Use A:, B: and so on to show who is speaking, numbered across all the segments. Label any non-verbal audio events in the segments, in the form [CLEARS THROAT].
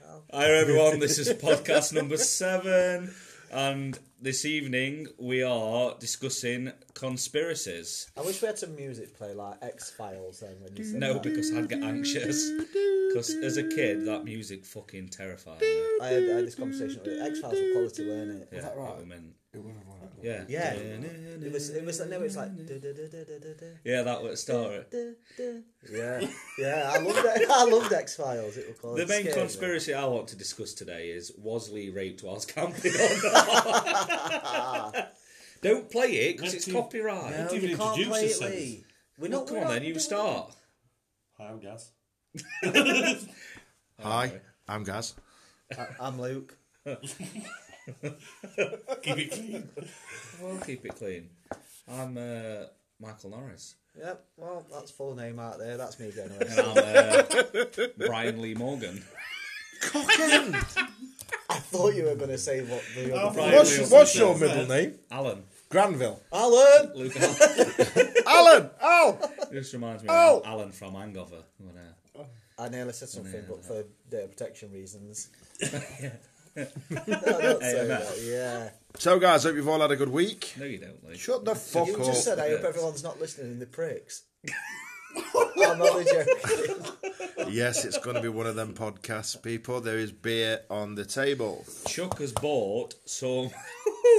A: well.
B: Hi everyone, this is podcast number seven, and this evening we are discussing conspiracies.
A: I wish we had some music play like X Files then when you said
B: No,
A: that.
B: because I'd get anxious. Because as a kid, that music fucking terrified me.
A: I had, I had this conversation with X Files were quality, weren't it?
B: Yeah,
C: that right?
B: I mean,
C: It would have won that.
B: yeah,
A: Yeah. It was it was no, it's like duh, duh, duh, duh, duh, duh, duh,
B: yeah. That would start. it.
A: duh, duh. Yeah. Yeah, I loved it. I loved X Files, it was quality.
B: The main
A: Scared me.
B: conspiracy I want to discuss today is was Lee raped whilst camping or not? Don't play it because it's
C: Let's do-
B: copyright.
C: No.
A: Oh,
C: Even
A: you can't
C: introduce
A: play it,
C: yourself.
A: Lee. We're
B: Well,
A: not,
B: come
A: we're
B: on
A: not
B: then, you
A: doing-
B: start.
C: Hi, I'm
D: [LAUGHS]
C: Gaz.
D: Hi, I'm Gaz.
A: I- I'm Luke.
C: Keep it clean.
B: We'll keep it clean. I'm uh, Michael Norris.
A: Yep, well, that's full name out there. That's me going [LAUGHS] away.
B: And I'm uh, Brian Lee Morgan.
A: I thought you were going to say what the other
B: Brian
D: What's,
B: Wilson
D: what's
B: says
D: your
B: that.
D: middle name?
B: Alan.
D: Granville. Oh!
A: Alan!
B: Luke Alan.
D: Alan. Al.
B: This reminds me
D: Oh.
B: of Alan from Angover. When, uh,
A: I nearly said something,
B: Yeah,
A: but for data protection [LAUGHS] reasons. No, don't say
B: AMF.
A: that, yeah.
D: So, guys, hope you've all had a good week.
B: no, you don't, Luke.
D: Shut the fuck
A: You
D: up.
A: just said, I hope everyone's not listening in the pricks. [LAUGHS] I'm only joking.
D: yes, it's going to be one of them podcasts, people. There is beer on the table.
B: Chuck has bought some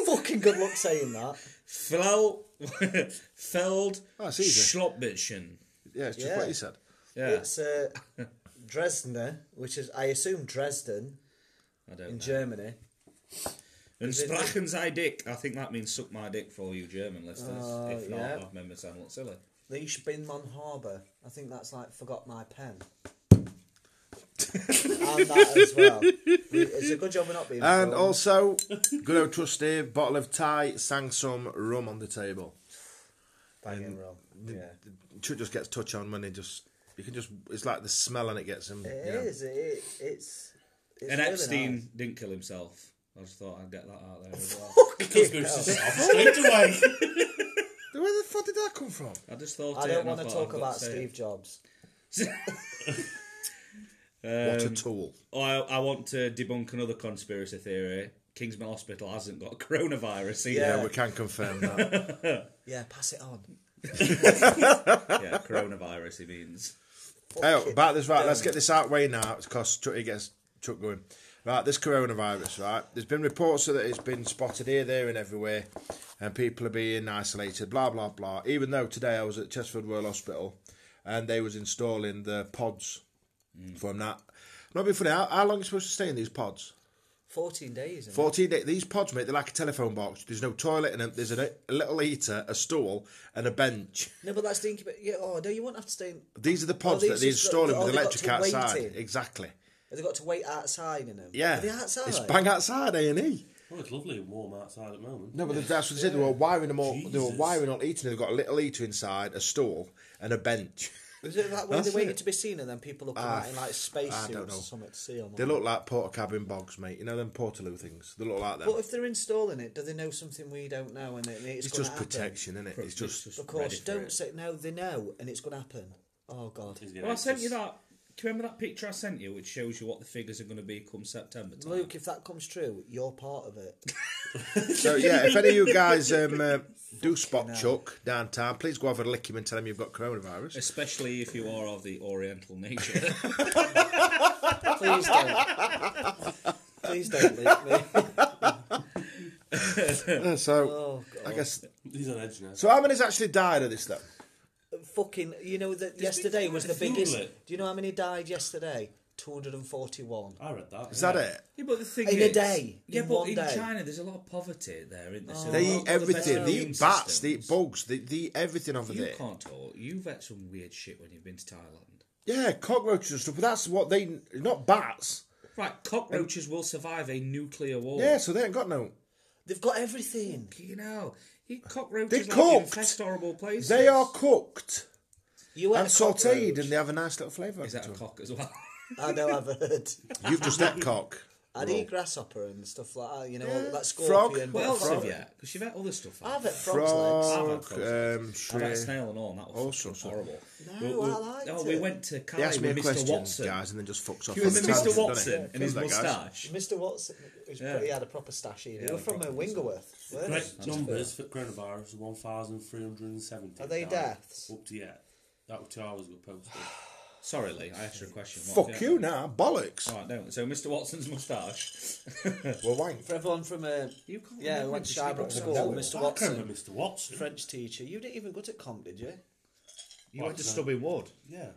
A: Fucking good luck saying that.
B: Fel- [LAUGHS] Feld
D: Oh, it's easy.
B: Schlopbitchen.
D: Yeah, it's just
A: Yeah.
D: what you said.
B: Yeah,
A: It's uh, Dresdner, which is, I assume, Dresden
B: I don't
A: in
B: know.
A: Germany.
B: And
A: Is it-
B: Sprachen sei Dick. I think that means suck my dick for all you German listeners.
A: Oh,
B: if not,
A: yeah.
B: I've made me sound look silly.
A: Leash Binman Harbour. I think that's like Forgot My Pen.
B: [LAUGHS]
A: and that as well. It's a good job we're not being
D: And
A: filmed. [LAUGHS]
D: also, good old trusty bottle of Thai, sang some rum on the table.
A: Banging roll. Yeah.
D: Chuck just gets touch on when he just. You can just. It's like the smell and it gets him.
A: It
D: you know.
A: is. It, it's. it's
B: and
A: really
B: Epstein
A: nice. [LAUGHS]
B: didn't kill himself. I just thought I'd get that out there as well.
C: Conspiracy straight away.
D: [LAUGHS] Where the fuck did that come from?
B: I just thought.
A: I
B: it
A: don't
B: and
A: want to
B: thought
A: talk
B: I've got
A: about
B: to say
A: Steve
B: it.
A: Jobs.
D: what a tool.
B: Oh, I, I want to debunk another conspiracy theory. Kingsmill Hospital hasn't got [LAUGHS] coronavirus
D: Yeah,
B: either.
D: we can confirm that.
A: Yeah, pass it on.
B: Yeah, coronavirus he means.
D: oh, about this, right, let's get this out way now. It's cost Chuck, it gets Chuck going. Right, this coronavirus, right? There's been reports that it's been spotted here, there, and everywhere, and people are being isolated, blah, blah, blah. Even though today I was at Chesford Royal Hospital and they was installing the pods from that. Not being funny, how, how long are you supposed to stay in these pods?
A: 14 days. isn't it?
D: 14 day, these pods, mate, they're like a telephone box. There's no toilet in them. There's a, a little heater, a stool, and a bench.
A: No, but that's the incubator. Yeah, oh, no, you won't have to stay in.
D: These are the pods
A: Oh,
D: that
A: these
D: they
A: just got-
D: install
A: oh,
D: them with
A: they got
D: electric
A: to wait
D: outside.
A: in.
D: Exactly.
A: They've got to wait outside in them.
D: Yeah.
A: Are they outside?
D: It's bang outside, E. ain't he?
C: Well, Oh, it's lovely and warm outside at the moment.
D: No, but that's what they said. They were wiring them all. They were
C: Jesus.
D: wiring all eating. They've got a little heater inside, a stool, and a bench.
A: Is it that way they
D: That's
A: waited
D: it. Ah,
A: to be seen and then people are coming out in like space
D: I don't
A: suits or
D: know.
A: something to see them?
D: They look like porta cabin bogs, mate. You know them portaloo things. They look like them.
A: But if they're installing it, do they know something we don't know and it- it's,
D: it's
A: going to
D: just
A: happen?
D: protection, isn't it? It's just.
A: Of course,
B: Ready for
A: don't
B: it.
A: say no. They know and it's going to happen. Oh God,
C: He's
B: Well,
C: getting
B: I sent you
C: anxious.
B: that. Do you remember that picture I sent you, which shows you what the figures are going to be come September time?
A: Luke, if that comes true, you're part of
D: [LAUGHS]
A: it.
D: So yeah, if any of you guys um, uh, do spot Chuck downtown, please go over and lick him and tell him you've got coronavirus.
B: Especially if you are of the Oriental
A: [LAUGHS]
B: nature. [LAUGHS]
A: Please don't. Please don't leave me.
D: Uh, so
A: Oh, God.
D: I guess.
C: He's on edge now.
D: So how many's actually died of this though?
A: Fucking, you know that yesterday was the
C: Google
A: biggest.
C: it.
A: Do you know how many died yesterday? 241.
C: I read that.
D: Is that it?
B: Yeah, but the thing
A: In a
B: is,
A: day.
B: Yeah,
A: In
B: but
A: one
B: in
A: day.
B: China, there's a lot of poverty there, isn't there? So
D: They
B: a lot
D: eat
B: of
D: everything. They
B: immune
D: eat bats. They eat
B: systems-
D: bugs. They, they eat everything over
B: You
D: there.
B: can't talk. You've had some weird shit when you've been to Thailand.
D: Yeah, cockroaches and stuff. But that's what they not bats.
B: Right, cockroaches will survive a nuclear war.
D: Yeah, so they ain't got no.
A: They've got everything.
B: You know, you- cockroaches
D: They're
B: like
D: cooked.
B: infest horrible places.
D: They are cooked
A: You ate
D: and
A: a
D: sautéed,
A: cockroach.
D: and they have a nice little flavour.
B: Is that a
D: to
B: cock as well? [LAUGHS]
A: I know. I've heard.
D: them. You've just ate cock.
A: I'd eat grasshopper and stuff like that. You know, that
D: Frog.
A: scorpion.
B: What else
A: frog.
B: have you? Because you've had other stuff.
A: I've had frog's legs.
D: Frog,
B: I've had
D: um,
B: I've had
D: shrimp.
B: snail and all, and that was
D: All
B: fucking
D: sorts of-
B: horrible.
A: No, I liked
B: oh, we
A: it.
B: went to Cali
D: He asked me a
B: with Mr.
D: question,
B: Watson.
D: guys, and then just fucks off.
A: You remember
D: on a tangent,
B: Mr.
D: don't he?
B: Watson and his
D: Remember that, guys?
B: moustache.
A: Mr. Watson was
B: Yeah.
A: pretty, he had a proper stash here. they were
B: like
A: from uh,
B: proper
A: Wingerworth. weren't they?
C: Correct numbers for coronavirus 1,370.
A: Are they
C: died.
A: deaths?
C: Up to yet. Oh, That was two hours ago
A: [SIGHS]
C: posted.
B: Sorry, Lee, I asked you a question. What
D: Fuck
B: have
D: you now, bollocks.
B: Right, no. So Mr. Watson's moustache.
D: Well, wank.
A: For everyone from uh,
B: You can't
A: yeah,
B: remember
A: who went to
B: this, you
A: Shybrook
B: don't
A: School,
D: know.
A: Mr.
C: I can
A: Watson,
C: remember Mr. Watson.
A: French teacher. You didn't even go to comp, did you?
B: You went to Stubby Wood.
C: Yeah.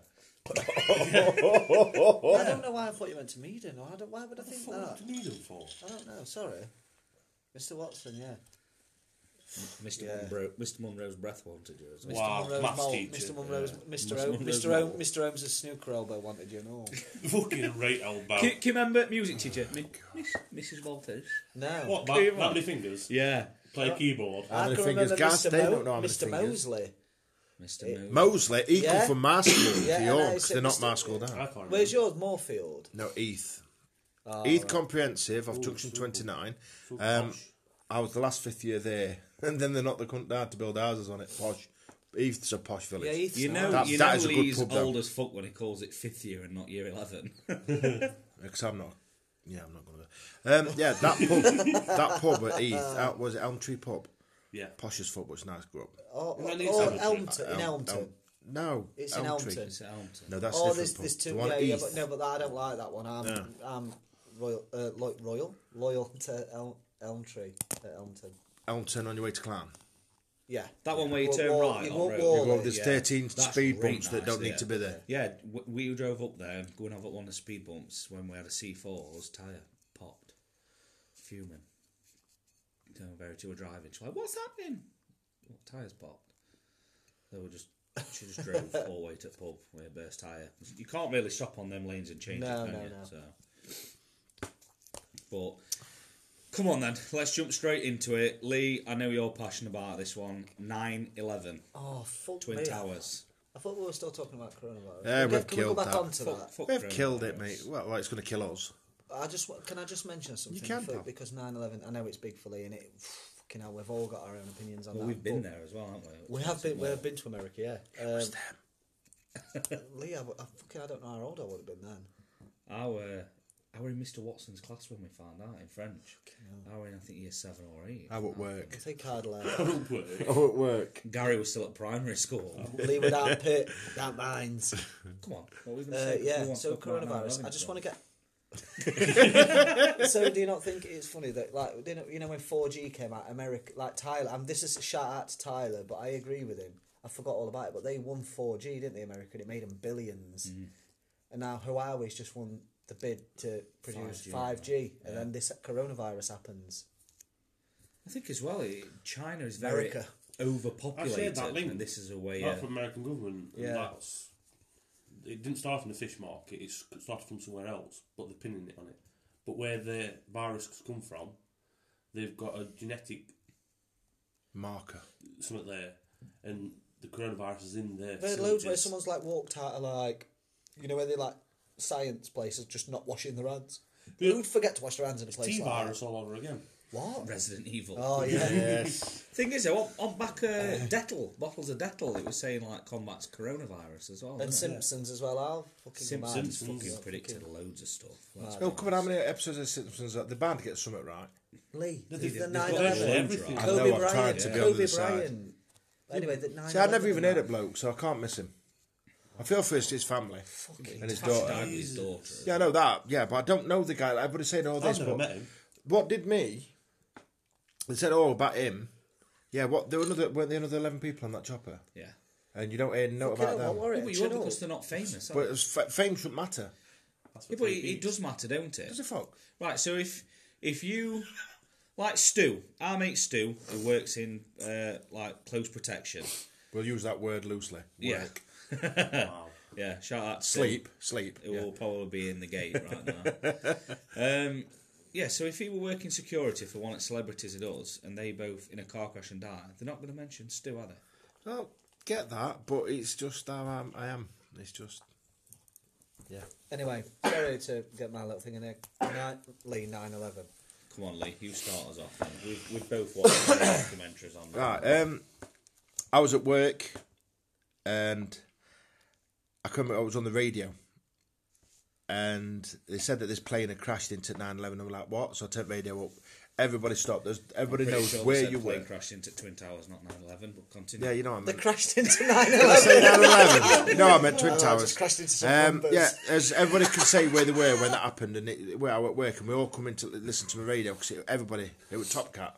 A: I don't know why I thought you went to Meaden. Or I don't, why would I think
C: What
A: that?
C: do you need them for? [LAUGHS]
A: I don't know. Sorry, Mr. Watson. Yeah.
B: Mr.
A: Yeah.
B: Munro, Mr. Munro's breath wanted you. Isn't it?
C: Wow,
A: Munro's
C: maths
A: malt-
C: teacher.
A: Mr. Munro's, Mr.
B: Mr.
A: O,
B: Munro's
A: Mr. O,
B: malt.
A: Mr. Holmes' snooker elbow wanted you and all.
C: Fucking right, old bow.
B: Can, can you remember music teacher?
D: Oh,
B: Mi- Miss, Mrs. Walters.
A: No.
C: What,
B: Can
C: that,
B: you
C: that
B: imagine?
C: many fingers?
B: Yeah.
C: Play keyboard.
D: How
A: I
D: many
A: can
D: fingers?
A: remember
D: Gas,
A: Mr.
D: they
A: Mo-
D: don't know how many
A: Mr.
D: fingers.
A: Mosley.
B: Mr. Moon.
D: Mosley, he
A: Yeah.
D: come from my school
A: Yeah,
D: to
A: and I
D: York.
A: said
D: They're not
A: Mr.
D: my school
C: I
D: now.
C: can't remember.
A: Where's yours, Moorfield?
D: No, Eith.
A: Ah,
D: Eith Comprehensive off Junction 29. Um,
C: posh.
D: I was the last fifth year there. [LAUGHS] And then they're not the cunt hard to build houses on it. Posh. Eith's a posh village.
A: Yeah, Eith's
B: You know,
D: That-
B: you
D: that
B: know
D: is a good
B: Lee's
D: pub, though.
B: old as fuck when he calls it fifth year and not year 11.
D: Because I'm not. Yeah, I'm not going to. Um, yeah, that pub,
A: [LAUGHS]
D: that pub at Eith, that was it Elm Tree Pub.
C: Yeah. [LAUGHS]
D: Posh as fuck, but it's a nice grub.
A: Or, or,
C: Well,
A: or
C: I need some of it.
A: Elmton, in
D: Elm-
A: Elmton.
D: Elm- no,
A: It's in
D: Elm Tree.
A: Elmton.
B: [LAUGHS] It's at Elmton.
D: No, that's a
A: Oh,
D: different.
A: there's,
D: pub.
A: there's
D: The
A: two.
D: one
A: Yeah,
D: at
A: yeah,
D: Eith.
A: but no, but I don't like that one. I'm, I'm royal, uh, lo- royal, loyal to El- Elm Tree at Elmton.
D: Elmton on your way to Clan.
A: Yeah,
B: That one where you
A: Well,
B: turn
A: well,
B: right.
A: you
B: on
A: walk-
B: road.
A: walk
D: Well,
A: Yeah,
D: there's 13
B: That's
D: speed
B: really
D: bumps that
B: nice,
D: don't
B: yeah.
D: need to be there.
B: Yeah, w- we drove up there going over one of the speed bumps when we had a C4's tyre popped, fuming. So very two were driving. She's like, "What's happening? What tyres popped?" They were just. She just
D: [LAUGHS]
B: drove all the way to the pub with a burst tyre. You can't really stop on them lanes and change
A: No,
B: it, can
A: no,
B: you?
A: no.
B: So. But come on then, let's jump straight into it. Lee, I know you're passionate about this one. 9 11,
A: Oh, fuck
B: Twin
A: me.
B: Towers.
A: I thought we were still talking about coronavirus.
D: Yeah,
A: Can we-
D: we've
A: can we go
D: killed
A: back
D: that.
A: onto
B: Fuck-
A: that?
B: fuck
D: They've killed it,
B: coronavirus.
D: mate. Well, well, it's going to kill us.
A: I just wa- can I just mention something?
D: can,
A: for-
D: pal.
A: because 9-11, I know it's big for Lee, and it fucking hell, we've all got our own opinions on
B: Well,
A: that.
B: we've been
A: but
B: there as well, haven't we?
A: We have been. We have been to America.
B: [LAUGHS]
A: Yeah. Um, Lee, I, w- I fucking I don't know how old I would have been then.
B: Our, I were in Mr. Watson's class when we found out in French. I were in, I think, year seven or eight.
D: How at work?
A: I think I'd like
C: Don't worry.
D: How at work?
B: Gary was still at primary school.
A: Lee without pit, without minds.
B: [LAUGHS] Come on, what were we going to
A: Uh,
B: say? We
A: yeah,
B: want to
A: so
B: talk about
A: coronavirus.
B: 9/11
A: I just
B: stuff.
A: want to get. so do you not think it's funny that like you know, you know when four G came out, America like Tyler. And this is a shout out to Tyler, but I agree with him. I forgot all about it, but they won four G, didn't they, America? And it made them billions. And now Huawei's just won the bid to produce
B: 5G,
A: five G, and then this coronavirus happens.
B: I think as well, it- China is very
A: America.
B: overpopulated.
C: I shared that link. Oh,
B: And this is a way.
C: Not
B: Uh,
C: from American government. and
A: Yeah.
C: That's, it didn't start from the fish market. It's- It started from somewhere else, but they're pinning it on it. But where the virus has come from, they've got a genetic
D: Marker.
C: something there, and the coronavirus is in there.
A: I've heard loads where someone's like walked out of like, you know, where they like science places just not washing their hands.
C: Yeah.
A: Who'd forget to wash their hands in a place like that?
C: T-virus all over again.
A: What?
B: Resident Evil.
A: Oh yeah.
D: [LAUGHS] Yes.
B: Thing is, though, on, on back uh, Dettel, bottles of Dettel, it was saying like combats coronavirus as well.
A: and
B: wasn't it?
A: Simpsons as well. I'll fucking
B: Simpsons
A: Simpsons.
B: fucking predicted loads of stuff. That's
D: oh, come on, how many episodes of Simpsons are The band to get something right.
A: Lee, the,
C: they've-
A: the
C: they've
A: nine
C: got
A: eleven.
C: everything.
D: I
A: Kobe
D: know I've
A: Bryant.
D: tried to be on the
A: Kobe
D: other side.
A: Bryant. Anyway, the nine.
D: See, I never even heard it, bloke, so I can't miss him. I feel for his, his family and his daughter.
B: died with his daughter.
D: Yeah, I know that. Yeah, but I don't know the guy. Everybody said all this,
C: I've never
D: but
C: met him.
D: what did me? They said all about him. Yeah, what? There were another. Were there another eleven people on that chopper?
B: yeah.
D: And you don't hear no about
A: Don't
D: them.
A: worry.
B: Yeah, but you
A: shut
B: are
A: up.
B: because they're not famous. are
D: But
B: they?
D: it was, f- fame shouldn't matter.
C: That's
B: Yeah,
C: what
B: but
C: they
B: it,
C: beat.
B: it does matter, don't it?
D: Does it fuck?
B: Right. So if if you like Stu, our mate Stu, who works in uh, like close protection.
D: We'll use that word loosely. Work.
B: Yeah.
C: Wow.
B: Yeah. Shout out to Stu,
D: Sleep. Sleep.
B: Who will probably be in the gate right now.
D: [LAUGHS]
B: um, yeah. So if he were working security for one of celebrities it does, and they both in a car crash and die, they're not going to mention Stu, are they?
D: I don't get that, but it's just how I'm, I am. It's just. Yeah.
A: Anyway, sorry to get my little thing in there. Nine, Lee nine eleven.
B: Come on, Lee, you start us off. Then. We've, we've both watched [COUGHS] the documentaries on that.
D: Right. Um, I was at work, and I couldn't. remember- I was on the radio, and they said that this plane had crashed into 9/11. I'm like, what? So I turned radio up. Everybody stopped. There's, everybody
B: Pretty
D: knows
B: sure they
D: where
B: said
D: you
B: plane
D: were.
B: crashed into Twin Towers, not 9/11, but continue.
D: Yeah, you know what I
A: They
D: meant.
A: crashed into nine eleven.
D: Say
A: [LAUGHS]
D: 9/11. You know what I meant Twin
A: I
D: Towers.
A: Oh, just crashed into some
D: Um,
A: numbers.
D: yeah, as everybody could say where they were when that happened, and it, where I were at work, and we all come in to li- listen to the radio because everybody it was Top Cat.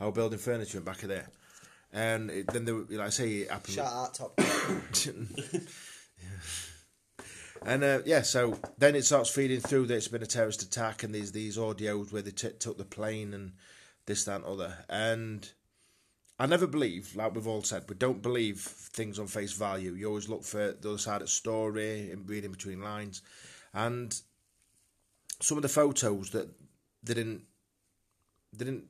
D: I were building furniture in back of there, and it, then they were, like I say it happened.
A: Shout out top. Gun.
D: [LAUGHS] And uh, yeah, so then it starts feeding through that it's been a terrorist attack and these these audios where they t- took the plane and this that and other. And I never believe, like we've all said, we don't believe things on face value. You always look for the other side of the story and reading between lines. And some of the photos that they didn't, they didn't.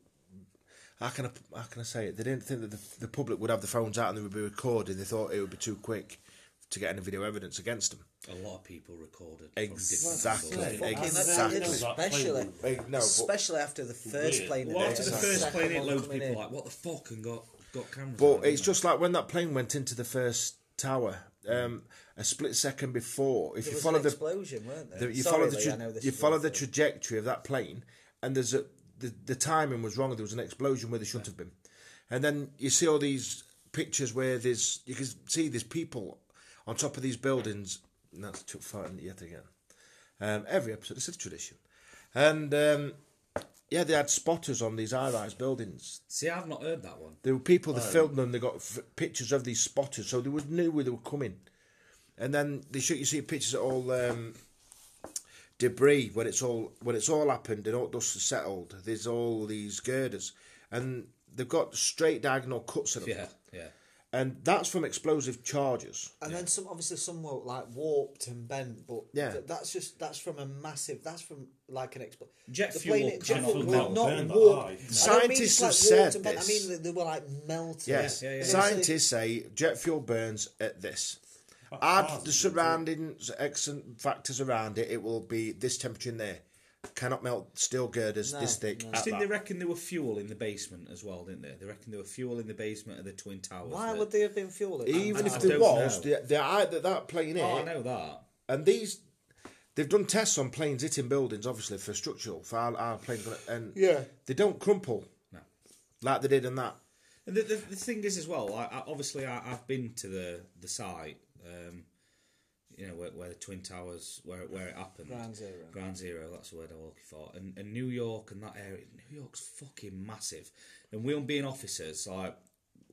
D: How can I how can I say it? They didn't think that the, the public would have the phones out and they would be recording. They thought it would be too quick to get any video evidence against them.
B: A lot of people recorded.
D: Exactly.
B: From different
A: Fucking
B: angles.
D: Exactly.
A: that- Especially,
D: Hey, No, but,
A: especially after the first
C: Weird.
A: plane. that
B: Well,
A: they
B: after the
A: hit,
B: first
A: second
B: plane, it
A: one
B: loads of
A: coming
B: people
A: in.
B: like, what the fuck, and got, got cameras.
D: but
B: on,
D: it's
B: didn't
D: just like when that plane went into the first tower. Um, a split second before, if
A: There
D: you
A: was
D: follow
A: an
D: the,
A: explosion, weren't there?
D: the you
A: Sorry,
D: follow the
A: Lee,
D: tra-
A: I know this
D: you
A: is
D: follow
A: your
D: the
A: thing.
D: trajectory of that plane, and there's a the, the timing was wrong. There was an explosion where there shouldn't have been, and then you see all these pictures where there's you can see there's people on top of these buildings. And that's too far yet again. Um, every episode, it's a tradition, and um, yeah, they had spotters on these high-rise buildings
B: See, I've not heard that one.
D: There were people that filmed them. They got f- pictures of these spotters, so they would knew where they were coming. And then they shoot you see pictures of all um, debris when it's all when it's all happened and all dust has settled. There's all these girders, and they've got straight diagonal cuts in them,
B: Yeah, yeah.
D: and that's from explosive charges.
A: And then some, obviously, some were like warped and bent, but
D: Yeah.
A: th- that's just that's from a massive. That's from like an expl-
B: Jet
A: the
B: fuel
A: plane, jet
B: cannot
A: fuel would
C: melt
A: not
C: them, but
A: warp.
C: aye.
A: I don't mean just,
D: Scientists have
A: like,
D: said
A: warped and bent, I
D: this.
A: mean they, they were like melted.
D: Yes,
B: yeah, yeah.
D: scientists say jet fuel burns at this. Add the surrounding excellent factors around it, it will be this temperature in there. Cannot melt steel girders this thick.
B: I
D: at
B: think
D: that.
B: they reckon there were fuel in the basement as well, didn't they? They reckon there were fuel in the basement of the Twin Towers.
A: Why
B: that-
A: would they have been fueled?
D: Even
B: I-
D: if
B: I
D: there
B: don't
D: was,
B: know.
D: the, the height that that plane hit,
B: Oh, I know that.
D: and these, they've done tests on planes hitting buildings, obviously for structural, for our, our planes, gonna- and
A: Yeah.
D: they don't crumple
B: No.
D: like they did in that.
B: And the, the, the thing is, as well, I, I, obviously, I, I've been to the the site, um, you know, where, where the Twin Towers, where where it happened.
A: Ground zero.
B: Ground zero, that's the word I'm looking for. And, and New York and that area, New York's fucking massive. And we, being officers, like,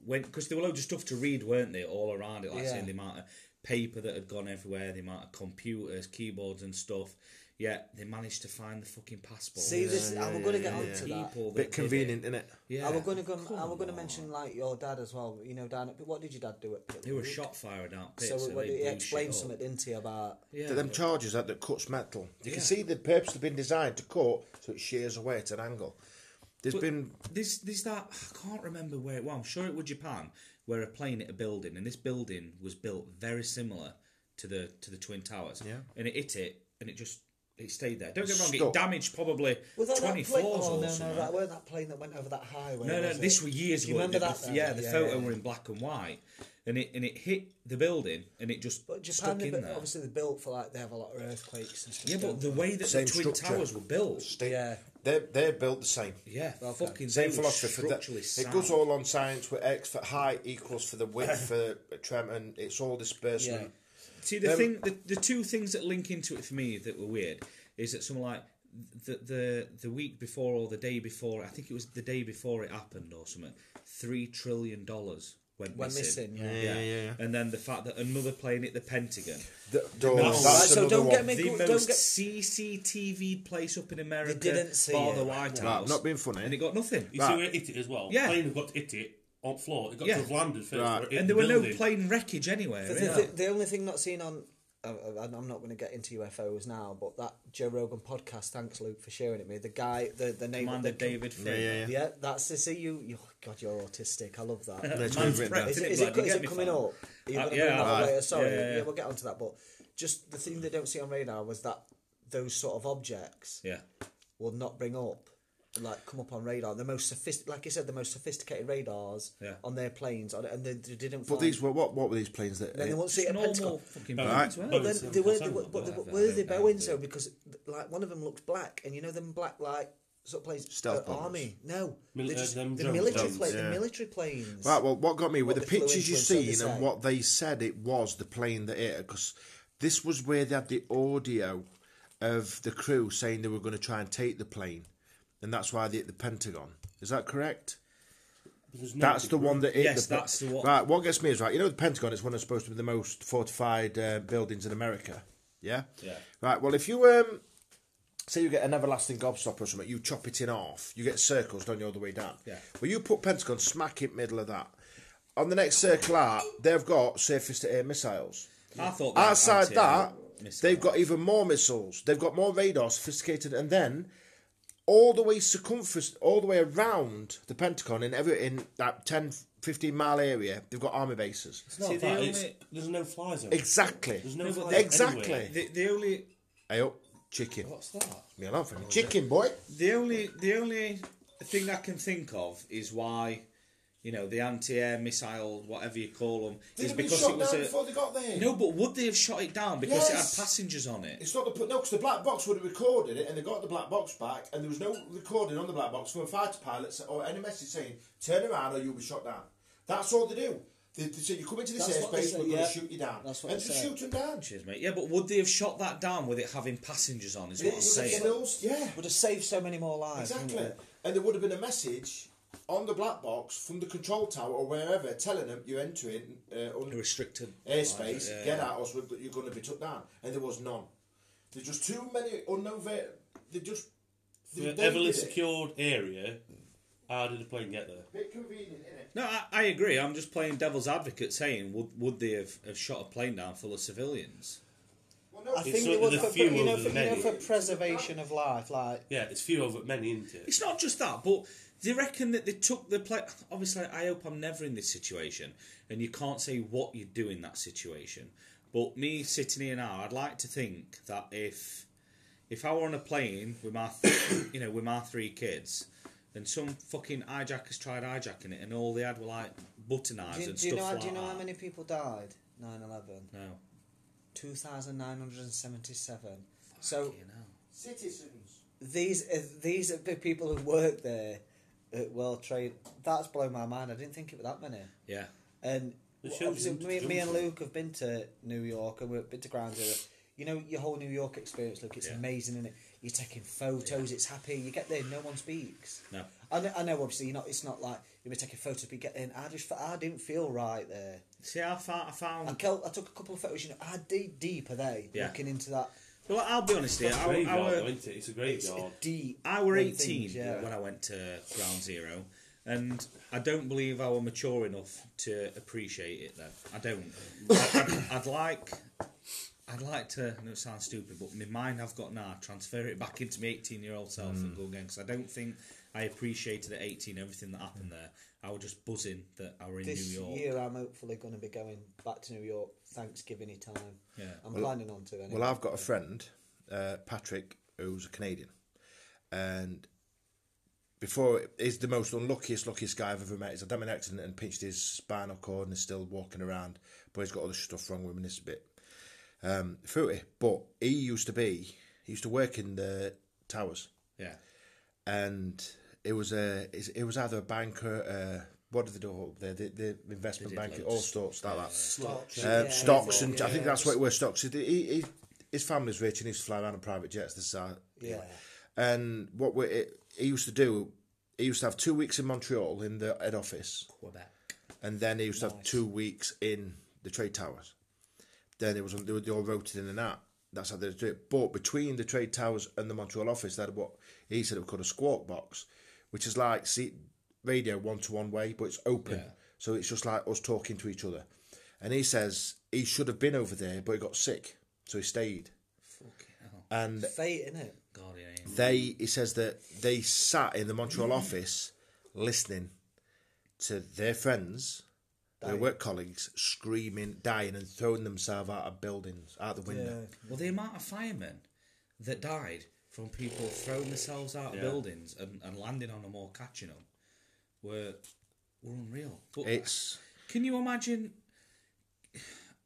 B: when because there were loads of stuff to read, weren't they, all around it? Like
A: Yeah.
B: saying the amount of paper that had gone everywhere, the amount of computers, keyboards, and stuff. Yet they managed to find the fucking passport.
A: See, this, and we're going to get on to that.
B: people that
D: Bit
B: did it.
D: convenient, innit?
B: Yeah.
A: I was going to go. I
B: Come
A: was going to
B: on.
A: mention like your dad as well. You know, Dan. What did your dad do at Pitt?
B: They were shot firing out pits.
A: So,
B: and
A: when
B: they
A: he
B: blew
A: explained
B: shit up.
A: something, didn't he, about
B: Yeah.
D: That Them charges that, that cuts metal. You
B: Yeah.
D: can see the purpose they've been designed to cut so it shears away at an angle. There's
B: But-
D: been
B: There's, there's that, I can't remember where it was, I'm sure it was Japan, where a plane hit a building, and this building was built very similar to the to the Twin Towers.
D: Yeah.
B: And it hit it, and it just, it stayed there. Don't get me wrong,
D: Stuck.
B: it damaged probably
A: Was that
B: 20
A: that plane?
B: floors
A: Oh,
B: or
A: no,
B: something.
A: no, that weren't that plane that went over that highway.
B: No, no,
A: was it?
B: this were years
A: Do you
B: ago.
A: remember
B: The-
A: that?
B: the-
A: though?
B: Yeah, the photo
A: yeah.
B: were in black and white, and it and it hit the building, and it just
A: But Japan,
B: stuck
A: they
B: in
A: built-
B: there.
A: obviously, they built for like they have a lot of earthquakes and stuff.
B: Yeah, but
A: don't
B: the way that
D: Same
B: the Twin
D: structure.
B: Towers were built,
D: They-
A: Yeah.
D: They're, they're built the same.
B: yeah, fucking
D: Same
B: they were
D: philosophy for that.
B: structurally
D: It goes
B: sound.
D: all on science with X for height equals for
B: [COUGHS]
D: the width for trem and it's all
A: Yeah.
D: disbursement.
B: See the
D: Them-
B: thing, the, the two things that link into it for me that were weird is that someone like the the the week before or the day before, I think it was the day before it happened or something. Three trillion dollars went
A: Went
B: missing.
A: missing, yeah.
D: Yeah, yeah, yeah.
B: And then the fact that another plane hit the Pentagon,
D: Th- don't-
B: Right,
D: that's
A: so
D: another
A: don't
D: one.
A: get me- They
B: the
A: go- don't
B: most
A: get-
B: CCTV place up in America,
A: didn't see
B: bar the
A: it.
B: White
D: Right,
B: House,
D: not being funny.
B: and it got nothing.
C: You
D: Right.
C: see where it hit it as well.
B: Yeah.
C: Plane got to hit it on floor. It got
B: Yeah.
C: to have landed first.
D: Right.
C: before it hit
B: And
C: the
B: there were no
C: building.
B: plane wreckage anywhere.
A: The,
B: yeah.
A: the, the only thing not seen on, uh, uh, I'm not going to get into UFOs now, but that Joe Rogan podcast. Thanks, Luke, for sharing it with me. The guy, the the name,
B: Commander
A: the,
B: David
D: Yeah,
B: Finn.
D: yeah, yeah.
A: Yeah, that's to see you. you oh, God, you're autistic. I
B: [LAUGHS]
A: love that.
D: it's
B: Man's
D: been written down.
B: prepped,
A: Is it,
B: innit,
A: is
B: blood?
A: it,
B: You
A: is
B: get
A: it
B: me,
A: coming
B: fam?
A: up? Are you
B: Uh,
A: gonna
B: yeah,
A: bring that up
B: right.
A: later? Sorry,
B: Yeah,
A: yeah,
B: yeah, yeah.
A: we'll get onto that. But Just the thing they don't see on radar was that those sort of objects
B: Yeah.
A: will not bring up, like come up on radar. The most sophist, like you said, the most sophisticated radars
B: Yeah.
A: on their planes, on- and they, they didn't.
D: But
A: find-
D: these were what? What were these planes that?
A: then they won't see it at
B: Normal
A: Pentagon.
B: fucking
C: Right.
B: bones, weren't
A: But
B: they?
C: Boeing
A: then they were, they
C: 747
A: were,
B: or
A: but they,
B: whatever,
A: were they
B: I think.
A: Boeing so because like one of them looked black, and you know them black like sort of planes,
D: Stealth
A: uh,
D: bombers.
A: army. No,
C: Mil-
A: they're
C: uh,
A: just,
C: them
A: the
C: drones.
A: military
C: Drones,
A: pla-
D: yeah.
A: the military planes.
D: Right. Well, what got me were
A: What
D: the
A: they flew
D: pictures
A: into
D: you
A: and so they
D: seen
A: say.
D: and what they said it was the plane that hit because this was where they had the audio of the crew saying they were going to try and take the plane, and that's why they hit the Pentagon. Is that correct?
C: There's no
D: That's the
C: degree.
D: one that hit
B: Yes,
D: the pe-
B: that's the one.
D: Right, what gets me is right. You know, the Pentagon is one of supposed to be the most fortified uh, buildings in America. Yeah.
B: Yeah.
D: Right. Well, if you um, say you get an everlasting gobstopper or something, you chop it in half. You get circles, don't you, all the way down?
B: Yeah.
D: Well, you put Pentagon smack in middle of that. On the next circle out, they've got surface-to-air missiles.
B: I thought that
D: Outside
B: anti-air
D: that,
B: missile.
D: they've got even more missiles. They've got more radar, sophisticated, and then all the way circumference, all the way around the Pentagon in every in that 10, 15 mile area, they've got army bases.
C: It's not
B: See, the
C: that.
B: only-
C: It's, there's no fly zone.
D: Exactly.
C: There's no,
B: No, but
C: fly
B: they-
C: zone
D: Exactly.
C: anywhere.
B: The, the only
D: Hey, up, chicken.
B: what's that?
D: Me alone, for chicken boy.
B: The only the only thing I can think of is why you know the anti-air missile, whatever you call them, is because it was a
D: they got there.
B: no. But would they have shot it down because it
D: Yes.
B: had passengers on it?
D: It's not the no, because the black box would have recorded it, and they got the black box back, and there was no recording on the black box from a fighter pilot sa- or any message saying "turn around or you'll be shot down." That's all they do. They, they say you come into this
A: That's what they
D: airspace,
A: say,
D: we're going
A: yeah.
D: to shoot you down,
A: That's what
D: and
A: they
D: just
A: say.
D: shoot them down.
B: Cheers, mate. Yeah, but would they have shot that down with it having passengers on? Is
D: It
B: what I'm
D: was a
B: saying.
D: kills- yeah,
A: would have saved so many more lives. wouldn't
D: exactly.
A: it?
D: And there would have been a message on the black box from the control tower or wherever telling them you're entering uh, un-
B: A restricted
D: airspace,
B: Yeah.
D: get at us, we're, you're going to be took down. And there was none. There's just too many unknown. Ve- they just. They,
C: The
D: they
C: heavily
D: did it.
C: secured area. How did the plane get there?
D: Bit convenient, innit?
B: No, I, I agree. I'm just playing devil's advocate, saying would would they have, have shot a plane down full of civilians?
D: Well, no,
A: I
C: It's
A: think
C: sort
A: they
C: of
A: were
C: the
A: for, for-
C: fuel
A: you know,
C: of
A: for,
C: the
A: you know,
C: menu.
A: for preservation of life, like
C: Yeah, it's few over many, isn't it?
B: It's not just that, but they reckon that they took the plane. Obviously, I hope I'm never in this situation, and you can't say what you do in that situation. But me sitting here now, I'd like to think that if if I were on a plane with my th- [COUGHS] you know with my three kids. And some fucking hijackers tried hijacking it, and all they had were like butter knives
A: do, you-
B: and
A: do
B: stuff
A: you know?
B: like
A: do you know
B: that.
A: how many people died? 9-11.
B: No.
A: 2,977. So
B: Fucking hell.
D: citizens.
A: these uh, these are the people who work there at World Trade. That's blown my mind. I didn't think it was that many.
B: Yeah.
A: And
C: The
A: well,
C: show's
A: obviously,
C: into
A: me,
C: June,
A: me and
C: isn't it?
A: Luke have been to New York and we've been to Ground Zero. You know your whole New York experience, Luke. It's
B: Yeah.
A: amazing, isn't it? You're taking photos. It's happy. You get there, no one speaks.
B: No.
A: I know, I know. Obviously, you're not. It's not like you're taking photos. But you get there, and I just, fe- I didn't feel right there.
B: See, I found, I
A: I,
B: found
C: Mm.
A: kel- I took a couple of photos. You know, I dig deep. Are they
B: Yeah.
A: looking into that?
B: Well, I'll be honest here.
C: It's a
B: I,
C: graveyard,
B: I,
C: though,
B: were,
C: isn't it? It's
A: It's
C: a graveyard.
A: deep.
B: I were
A: when
B: 18
A: things- yeah.
B: when I went to Ground Zero, and I don't believe I were mature enough to appreciate it then. I don't. I, I'd, I'd like. I'd like to, I know it sounds stupid, but my mind I've got now, transfer it back into my 18 year old self
A: Mm.
B: and go again, because I don't think I appreciated at 18 everything that happened there. I was just buzzing that I were in
A: this
B: New York.
A: year I'm hopefully going to be going back to New York Thanksgiving time.
B: Yeah.
A: I'm planning on to anyway.
D: Well, I've got a friend, uh, Patrick, who's a Canadian, and before he's the most unluckiest, luckiest guy I've ever met. He's had an accident and pinched his spinal cord and is still walking around, but he's got other stuff wrong with him. This a bit um, fruity, but he used to be he used to work in the towers,
B: Yeah.
D: and it was a it was either a banker. Uh, what did they do up there? The, the investment
B: did
D: banker,
B: loads.
D: all sorts like that.
A: Stocks,
D: Uh,
A: yeah,
D: stocks and I
A: yeah,
D: think that's
A: just-
D: what it was. Stocks. He, he, his family's rich and he used to fly around in private jets. This is how,
A: Yeah.
D: And what we, it, he used to do, he used to have two weeks in Montreal in the head office,
B: Quebec.
D: and then he used to have two weeks in the trade towers. Then it was they were they all rotated in and out. That's how they do it. But between the trade towers and the Montreal office, they had what he said it was called a squawk box, which is like see, radio one to one way, but it's open,
B: Yeah.
D: so it's just like us talking to each other. And he says he should have been over there, but he got sick, so he stayed.
B: Fucking hell.
D: And
A: fate, isn't it?
B: God, it ain't.
D: they he says that they sat in the Montreal office listening to their friends Their work colleagues screaming, dying, and throwing themselves out of buildings, out the window.
B: Well, the amount of firemen that died from people throwing themselves out of
C: Yeah.
B: buildings and, and landing on them or catching them were were unreal. But
D: It's
B: can you imagine?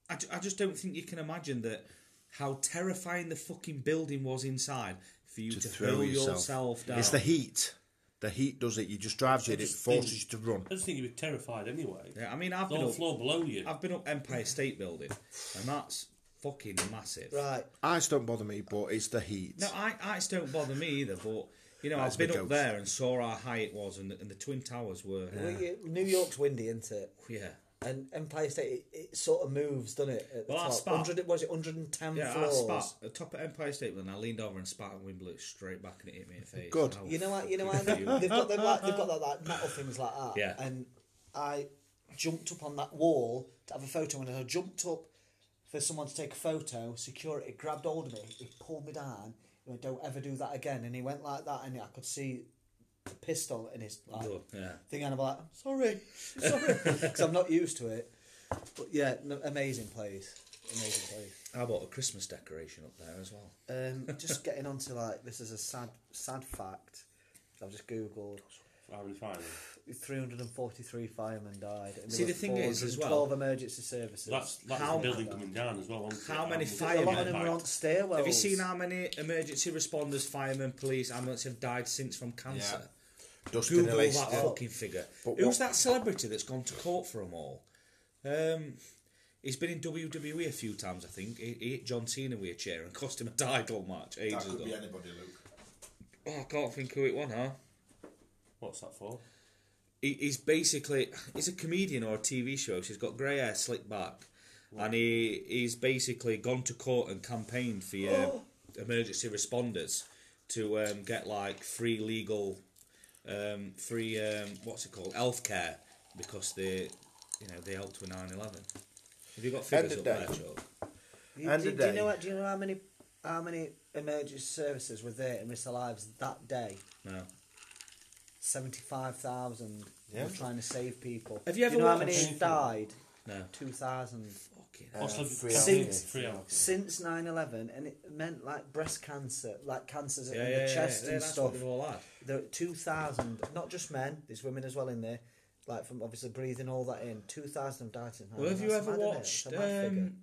B: I, ju- I just don't think you can imagine that how terrifying the fucking building was inside for you to, hurl yourself, down.
D: It's the heat. The heat does it. You just drives you. and It
C: just
D: forces
C: think-
D: you to run.
C: I just think you'd be terrified anyway.
B: yeah, I mean, I've
C: The
B: been
C: whole
B: up,
C: floor below you.
B: I've been up Empire State Building, and that's fucking massive.
A: Right.
D: Ice don't bother me, but it's the heat.
B: No, I, ice don't bother me either, but you know,
D: That's
B: I've been
D: my
B: up
D: goat.
B: there and saw how high it was, and, the- and the Twin Towers were.
A: Well, you- New York's windy, isn't it?
B: Yeah.
A: And Empire State, it, it sort of moves, doesn't it? At the
B: Well, I
A: top.
B: spat.
A: 100, was it 110
B: Yeah, I
A: floors?
B: spat at the top of Empire State Building. I leaned over and spat and Wimbledon straight back, and it hit me in the face.
D: Good.
B: I was
A: You know what? You know what?
B: fucking
A: They've
B: fuming.
A: got them like they've got that like metal things like that.
B: Yeah.
A: And I jumped up on that wall to have a photo, and as I jumped up for someone to take a photo, security grabbed hold of me, he pulled me down. He went, "Don't ever do that again." And he went like that, and I could see the pistol in his like,
B: Good, yeah.
A: thing, and I'm like, "I'm "Sorry, sorry," [LAUGHS] because I'm not used to it. But yeah, no, amazing place, amazing place.
B: How about a Christmas decoration up there as well?
A: Um, just getting on to like this is a sad sad fact. I've just googled.
C: How many firemen?
A: 343 firemen died. And there
B: See,
A: were
B: the thing is, as well-
A: 412 emergency services.
C: That's, that's
B: How-
C: the building coming down as well. wasn't
B: How
C: it?
B: many
C: was-
A: a
B: firemen?
A: lot of them were on stairwells.
B: Have you seen how many emergency responders, firemen, police, ambulance have died since from cancer?
D: Yeah. Dust in the
B: Google
D: lace.
B: that fucking figure.
D: But
B: Who's
D: what-
B: that celebrity that's gone to court for them all? Um, he's been in WWE a few times, I think. He, he hit John Cena with a chair and cost him a title match ages ago.
D: anybody, Luke.
B: Oh, I can't think who it was now.
C: What's that for?
B: He, he's basically he's a comedian or a TV show. So he's got grey hair, slick back, and he he's basically gone to court and campaigned for uh,
A: Oh.
B: emergency responders to um, get like free legal, um, free um, what's it called, health care because they you know they helped with 9-11. Have you got figures
D: End
B: up
D: of
B: there,
D: day.
B: Chuck?
A: You,
D: And
A: do,
D: a
A: do you
D: day.
A: know what, do you know how many how many emergency services were there in Mr. Lives that day?
B: No.
A: 75,000
D: Yeah.
A: were trying to save people.
B: Have you
A: do
B: ever
A: you know how
B: watched-
A: many died?
B: No.
A: 2,000.
B: Fucking hell.
C: What's the
D: three
C: counting?
A: hours.
C: Three hours.
A: Since 9-11, and it meant like breast cancer, like cancers
B: Yeah,
A: in
B: yeah,
A: the
B: yeah,
A: chest
B: yeah,
A: and
B: that's
A: stuff.
B: What they've all had.
A: There are 2,000, not just men, there's women as well in there, like from obviously breathing all that in. 2,000 have died since
B: Well, have
A: 9/11.
B: you
A: That's
B: ever
A: mad, isn't it?
B: watched
A: It's a mad figure.
B: um,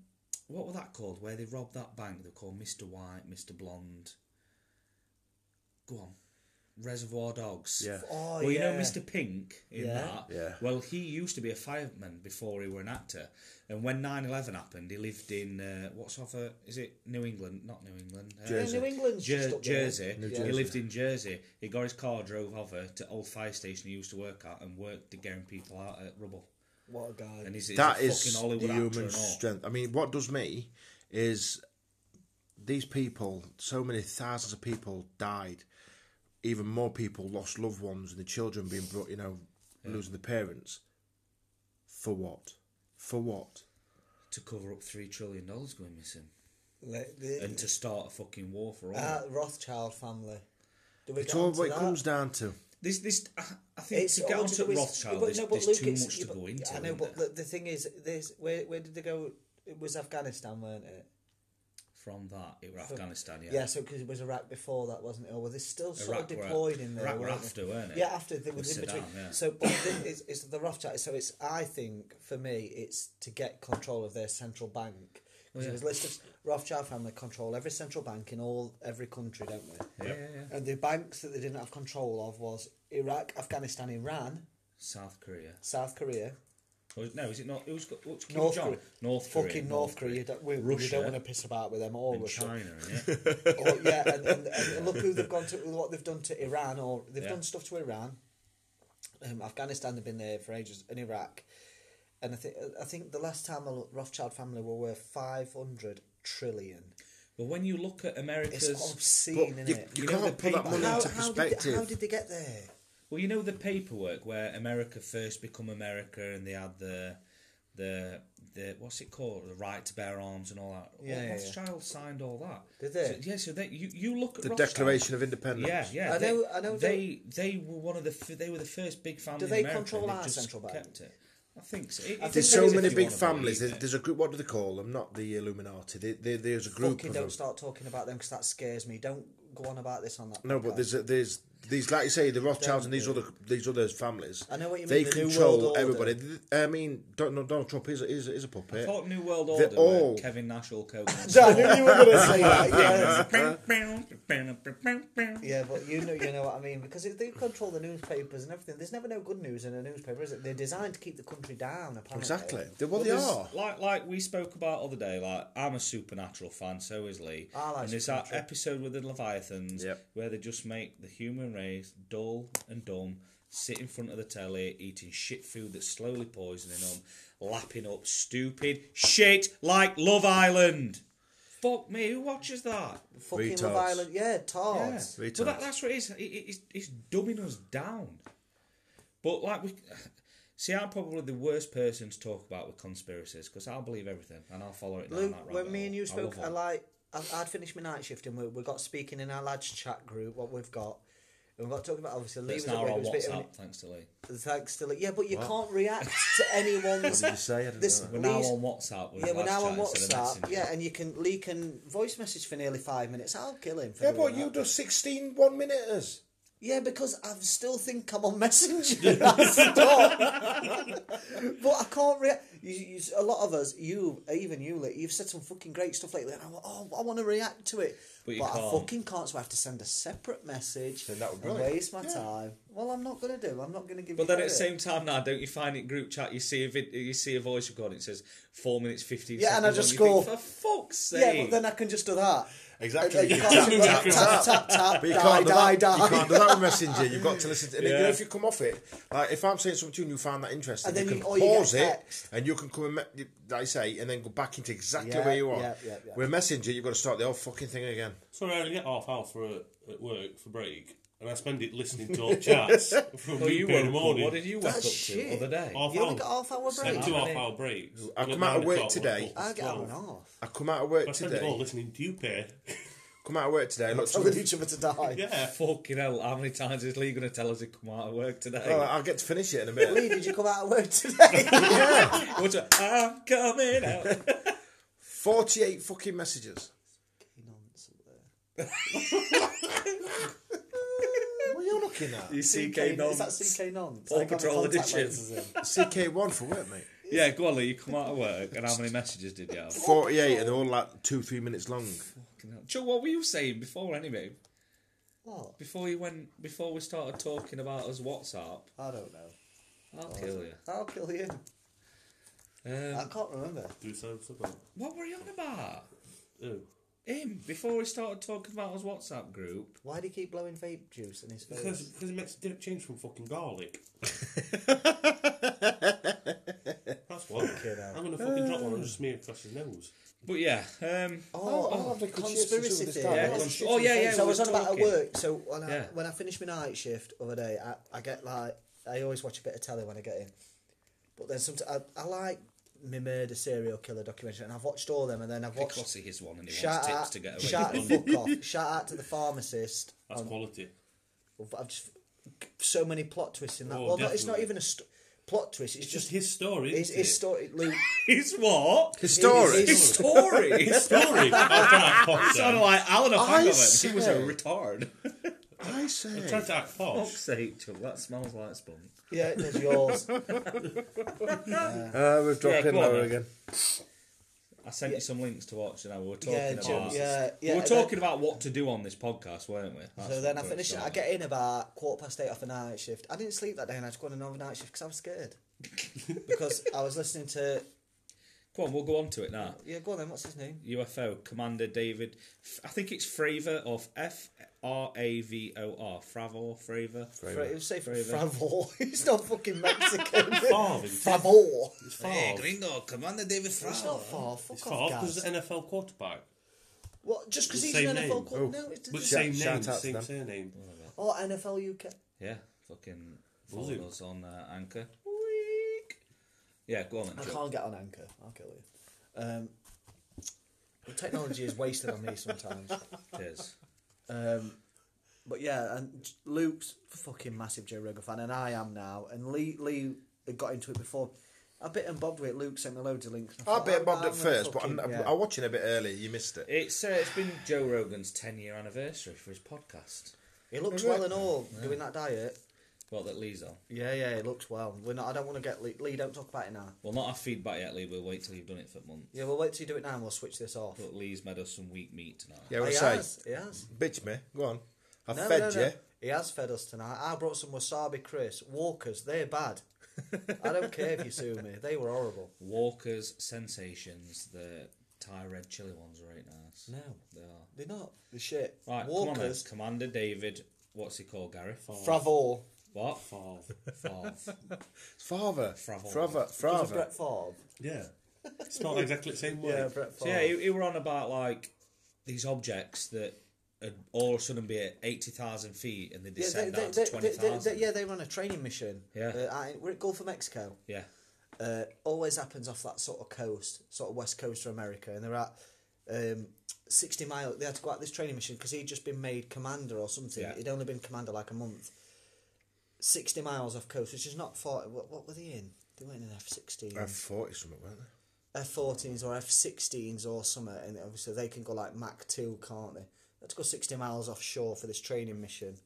B: what was that called? Where they robbed that bank? They're called Mister White, Mister Blonde. Go on, Reservoir Dogs.
D: Yeah.
A: Oh,
B: well, you know
A: yeah.
B: Mister Pink in
A: Yeah.
B: that.
D: Yeah.
B: Well, he used to be a fireman before he were an actor, and when 9-11 happened, he lived in uh, what's off a is it New England? Not New England. uh,
D: Jersey.
A: Yeah, New England's just
B: Jer-
A: up there.
B: Jersey.
A: New
B: He
A: Jersey.
B: lived in Jersey. He got his car, drove over to old fire station he used to work at, and worked at getting people out at rubble.
A: What a guy.
B: And he's, he's
D: That
B: a
D: is
B: fucking
D: the
B: Hollywood actor
D: human
B: and all.
D: strength. I mean, what does me is these people, so many thousands of people died. Even more people lost loved ones and the children being brought, you know, losing the parents. For what? For what?
B: to cover up three trillion dollars going missing
A: Like, the-
B: and to start a fucking war for all.
A: Ah, Rothschild family. Do we
D: It's
A: get
D: all
A: onto
D: what it
A: that?
D: comes down to.
B: this, this, I- I think
A: It's
B: to get
A: all
B: onto
A: do with-
B: Rothschild,
A: but
B: there's,
A: no, but
B: there's
A: Luke,
B: too
A: it's-
B: much to
A: but-
B: go into.
A: I know,
B: isn't
A: but
B: there?
A: the, the thing is, this where where did they go? It was Afghanistan, weren't it?
B: From that, it were Afghanistan, yeah.
A: Yeah, so because it was Iraq before that, wasn't it? Or were they still sort
B: Iraq
A: of
B: were-
A: deployed in there?
B: Iraq were
A: weren't they?
B: after, weren't it?
A: Yeah, after they was
B: With
A: in between.
B: Saddam, yeah.
A: So, but the- it's, it's the Rothschild. So it's I think for me, it's to get control of their central bank. Because it was listed Rothschild family control every central bank in all every country, don't they?
B: Yeah, yeah, yeah.
A: And the banks that they didn't have control of was Iraq, Afghanistan, Iran,
B: South Korea.
A: South Korea,
B: Or, no, is it not? Who's got, what's Kim
A: North
B: Jong?
A: Korea,
B: North Korea.
A: fucking North Korea. Don't, we, we
B: Russia.
A: don't want to piss about with them or
B: and
A: Russia.
B: China,
A: [LAUGHS]
B: innit?
A: or, yeah, and, and,
D: [LAUGHS]
A: and look who they've gone to, what they've done to Iran, or they've
B: Yeah.
A: done stuff to Iran. Um, Afghanistan have been there for ages, and Iraq, and I think I think the last time the Rothschild family were worth five hundred trillion.
B: but when you look at
A: It's
B: America's,
D: But
A: obscene,
D: you,
A: isn't
D: you,
A: it?
B: You know
D: can't
B: the
D: put that
B: people-
D: money
A: how,
D: into
A: how, did
D: perspective.
A: they, how did they get there?
B: well, you know the paperwork where America first become America and they had the, the, the what's it called, the right to bear arms and all that.
A: Yeah,
B: Well,
A: yeah, yeah.
B: Rothschild signed all that.
A: Did they?
B: So, yeah, so they, you, you look at
D: the
B: Rothschild.
D: Declaration of Independence.
B: Yeah, yeah.
A: I
B: they,
A: know- I know
B: They, they were one of the. f- They were the first big family. in
A: they
B: America and
A: control
B: they've
A: our
B: just
A: central bank?
B: Kept it. I think so. It- it
D: There's
B: depends
D: so
B: if
D: many
B: you
D: big
B: wanna believe
D: families. There's,
B: it.
D: there's a group. What do they call them? Not the Illuminati. They, they, there's a group
A: Fucking
D: of
A: don't
D: them.
A: start talking about them because that scares me. Don't go on about this on that.
D: No, but
A: podcast.
D: there's a, there's these like you say the Rothschilds and these other these other families.
A: I know what you
D: They
A: mean, the New
D: control
A: World
D: everybody. Th- I mean, Donald, Donald Trump is is is a puppet.
B: I thought New World
D: They're
B: Order were
D: all-
B: Kevin Nash all
A: [LAUGHS]
B: coke.
A: Yeah, [LAUGHS] I knew you were going to say that.
D: [LAUGHS]
A: Yeah,
B: yeah.
A: yeah, but you know, you know what I mean because if they control the newspapers and everything. There's never no good news in a newspaper, is it? They're designed to keep the country down. Apparently,
D: Exactly. They, well, they
B: there's-
D: are.
B: Like like we spoke about other day, like I'm a supernatural fan, so is Lee.
A: I like
B: and there's that
A: Supernatural.
B: episode with the Leviathans
D: Yep.
B: where they just make the human race dull and dumb, sit in front of the telly, eating shit food that's slowly poisoning them, lapping up stupid shit like Love Island. Fuck me, who watches that?
A: Fucking
D: Retards.
A: Love Island, yeah, tards.
B: Yeah.
D: Retards.
B: Well, that, that's what it is. It, it- it's, it's dumbing us down. But like we, see, I'm probably the worst person to talk about with conspiracies because I'll believe everything and I'll follow it down
A: Luke,
B: that rabbit
A: when me and you
B: hole. I love
A: spoke, I
B: all-
A: like, I, I'd finished my night shift and we, we got speaking in our lads chat group, what we've got. And we got talking about obviously
B: It's
A: leavers
B: now
A: at
B: on
A: Wigan, it was a bit-
B: WhatsApp, thanks to Lee.
A: Thanks to Lee. Yeah, but you can't react
B: [LAUGHS]
A: to anyone's.
D: What did you say? I didn't
A: this-
D: know that.
B: We're now
A: Lee's-
B: on WhatsApp. with
A: Yeah, we're
B: live
A: now on
B: chat instead of
A: WhatsApp.
B: Messenger.
A: Yeah, and you can Lee can voice message for nearly five minutes. I'll kill him. For
D: Yeah,
A: doing
D: but you
A: that.
D: do 16 one minuters.
A: Yeah, because I still think I'm
B: [LAUGHS]
A: on [LAUGHS] Messenger. Stop. but I can't react. You, you, a lot of us, you, even you, Lee, you've said some fucking great stuff lately, and I'm like, oh, I want to react to it.
B: But
A: But,
B: you
A: I
B: can't.
A: fucking can't, so I have to send a separate message
D: Then that would be
A: and
D: brilliant.
A: waste my time. Well, I'm not going to do. I'm not going to give you
B: But then at the
A: credit.
B: same time now, don't you find it group chat? You see a vid- you see a voice recording. It says four minutes fifteen.
A: Yeah, and I
B: seconds
A: just
B: long, you
A: score.
B: Think, For fuck's
A: Yeah,
B: sake!
A: but then I can just do that.
D: Exactly.
A: And- and You
D: You can
A: can't do that.
D: tap, tap,
A: Tap, tap, tap,
D: But you can't,
A: die,
D: do
A: die,
D: that. you can't do
A: die.
D: that with Messenger. You've got to listen. To, and you
B: Yeah.
D: know, if you come off it, like if I'm saying something to you and you find that interesting,
A: And then
D: you
A: you-
D: can
A: or you get
D: pause it
A: text.
D: and you can come, and me- like I say, and then go back into exactly
A: Yeah,
D: where you are.
A: yeah, yeah, yeah.
D: With Messenger, you've got to start the whole fucking thing again.
C: Sorry, I only get half hour for uh, at work for break, and I spend it listening to all chats [LAUGHS] from
B: Oh, you
C: in the
B: woke up.
C: morning.
B: What did you wake
A: That's
B: up to
A: shit.
B: other day?
C: Half
A: You
C: hour.
A: only got half hour
C: I
A: break.
C: get two half hour breaks.
D: I come out of work today.
A: I get hour and a half.
D: I come out of work
C: I spend it all
D: today.
C: listening to you, pair.
D: Come out of work today. Look,
A: Telling each other to die. [LAUGHS]
C: yeah.
B: Fucking hell! How many times is Lee going to tell us he come out of work today?
D: [LAUGHS] well, I'll get to finish it in a minute.
A: Lee, did you come out of
B: [LAUGHS]
A: work today? Oh.
B: What's up? I'm coming out.
D: Forty-eight fucking messages. [LAUGHS] What are you looking at?
B: You CK
A: Is
B: nonce.
A: that CK nonce?
B: Paw
A: I got my
B: Patrol
A: contact
B: edition.
A: lenses
D: [LAUGHS]
A: in.
D: CK one for work, mate.
B: Yeah, go on, Lee. You come out of work, and how many messages did you have?
D: Forty-eight and they're all like two, three minutes long.
B: Fucking hell. Joe, what were you saying before anyway?
A: What?
B: Before you went, before we started talking about us WhatsApp,
A: I don't know. Oh,
B: I'll kill you.
A: I'll kill you. I
B: Um,
A: can't remember.
C: Do so, so well.
B: what were you on about?
C: Ew.
B: Him before we started talking about us WhatsApp group.
A: Why do you keep blowing vape juice in his
C: Because
A: face?
C: because it makes it change from fucking garlic. That's what. I'm gonna fucking drop one and just smear it across his nose.
B: But yeah, um,
A: Oh,
D: I'll have the conspiracy
A: conspiracy
D: with this
A: theory.
D: guy.
B: yeah,
D: Oh,
B: cons-
D: shit,
B: oh yeah, yeah.
A: so I
B: we
A: was
B: were
A: on about at
B: talking.
A: work. So when I
B: Yeah.
A: when I finish my night shift other day, I, I get like I always watch a bit of telly when I get in. But then sometimes I, I like my murder serial killer documentary, and I've watched all them, and then I've watched
B: Because he is one and he
A: shout
B: wants tips
A: out,
B: to get away.
A: shout
B: from.
A: the fuck off, shout out to the pharmacist. Um,
C: That's quality.
A: I've just so many plot twists in that.
C: Oh,
A: well, no, it's not
C: definitely.
A: even a st- plot twist. It's,
C: It's
A: just
C: just his story.
A: his,
C: Isn't
A: his
C: it?
A: story. Luke,
B: His what?
D: His story.
A: His-
B: His story. His
A: [LAUGHS]
B: story.
C: story. I
B: Sounded like Alan
D: I
B: O'Faggan. He was a
D: swear.
B: retard.
D: I say.
C: tried to act posh.
B: Fuck's sake, Chuck, that smells like sponge.
A: yeah, it is yours.
D: Uh, we've dropped
B: Yeah,
D: in
B: go on
D: lower
B: then.
D: again.
B: I sent you some links to watch, and I we were talking
A: Yeah, Jim,
B: about
A: yeah, yeah,
B: we were
A: and then-
B: talking about what to do on this podcast, weren't we? That's
A: so then I
B: what we
A: finish.
B: were
A: I get in about quarter past eight off a night shift. I didn't sleep that day, and I just go on another night shift because I was scared. because I was listening to
B: saying. Go on, we'll go on to it now.
A: yeah, go on then. What's his name?
B: UFO Commander David, F- I think it's Fravor of F R A V O R, Fravor, Fravor.
A: Fra- it was safe
B: Fravor.
A: Fravor. [LAUGHS] He's not fucking Mexican.
C: Favre.
A: Favor.
C: It's
B: Hey,
C: Favre.
B: gringo, Commander David
A: It's
B: Fravor.
A: not far. Fuck
C: It's
A: off,
C: Favre because
A: guys.
C: the NFL quarterback.
A: What? Just because
C: the
A: he's
C: same
A: an
C: name.
A: NFL
D: Oh.
A: quarterback? No, it's
C: But
A: just,
D: Shout-
C: same name,
D: shout out to
C: same
D: them.
C: surname.
A: or NFL UK.
B: Yeah, fucking
C: Was it?
B: follow us on uh, Anchor. Week. Yeah, go on then.
A: I
B: Chuck.
A: can't get on anchor. I'll kill you. Um, the technology is wasted on me sometimes.
B: Cheers.
A: Um, but yeah, and Luke's fucking massive Joe Rogan fan, and I am now. And Lee Lee got into it before. I bit and bobbed with it. Luke sent me loads of links.
D: I
A: thought, "Oh,
D: bit bobbed
A: I'm
D: at
A: gonna
D: first, but I'm,
A: fucking- yeah.
D: I'm watching a bit early. You missed it.
B: It's uh, it's been Joe Rogan's ten year anniversary for his podcast.
A: He looks
D: Is
A: well
D: it?
A: and all doing that diet.
B: Well, that Lee's on.
A: Yeah, yeah, he looks well. We're not. I don't want to get Lee. Lee, don't talk about it now.
B: Well, not our feedback yet, Lee. We'll wait till you've done it for a month.
A: Yeah, we'll wait till you do it now, and we'll switch this off.
B: But Lee's made us some weak meat tonight.
D: Yeah, we'll
A: he
D: say,
A: has. He has.
D: bitch me, go on. I
A: No,
D: fed
A: no, no.
D: you.
A: He has fed us tonight. I brought some wasabi crisps. Walkers, they're bad. I don't care if you sue me. They were horrible.
B: Walker's Sensations, the Thai red chili ones are right nice.
A: No.
B: They are.
A: They're not. The shit.
B: Right, come on Oh. then.
A: Walkers.
B: Commander David, what's he called, Gary? Favre.
A: Fravor.
B: What? Oh,
C: Five.
B: Favre.
D: Father,
B: Fravel.
D: father,
A: Because of
D: father.
A: Brett Favre.
C: Yeah. It's not exactly the same way.
A: Yeah, Brett
B: So
A: Favre.
B: yeah, he, he were on about like these objects that had all of a sudden be at eighty thousand feet and they
A: Yeah, they,
B: descend
A: they,
B: down to
A: they-
B: twenty
A: they- they-
B: thousand.
A: yeah, they were on a training mission.
B: Yeah.
A: Uh, I, we're at Gulf of Mexico.
B: yeah.
A: uh, always happens off that sort of coast, sort of west coast of America, and they're at um, sixty mile. They had to go out this training mission because he'd just been made commander or something.
B: Yeah.
A: He'd only been commander like a month. Sixty miles off coast, which is not far. What, what were they in? They weren't in F sixteen,
D: I thought it's something, weren't they?
A: F fourteens or F sixteens or something. And obviously they can go like Mach two, can't they? They had to go sixty miles offshore for this training mission.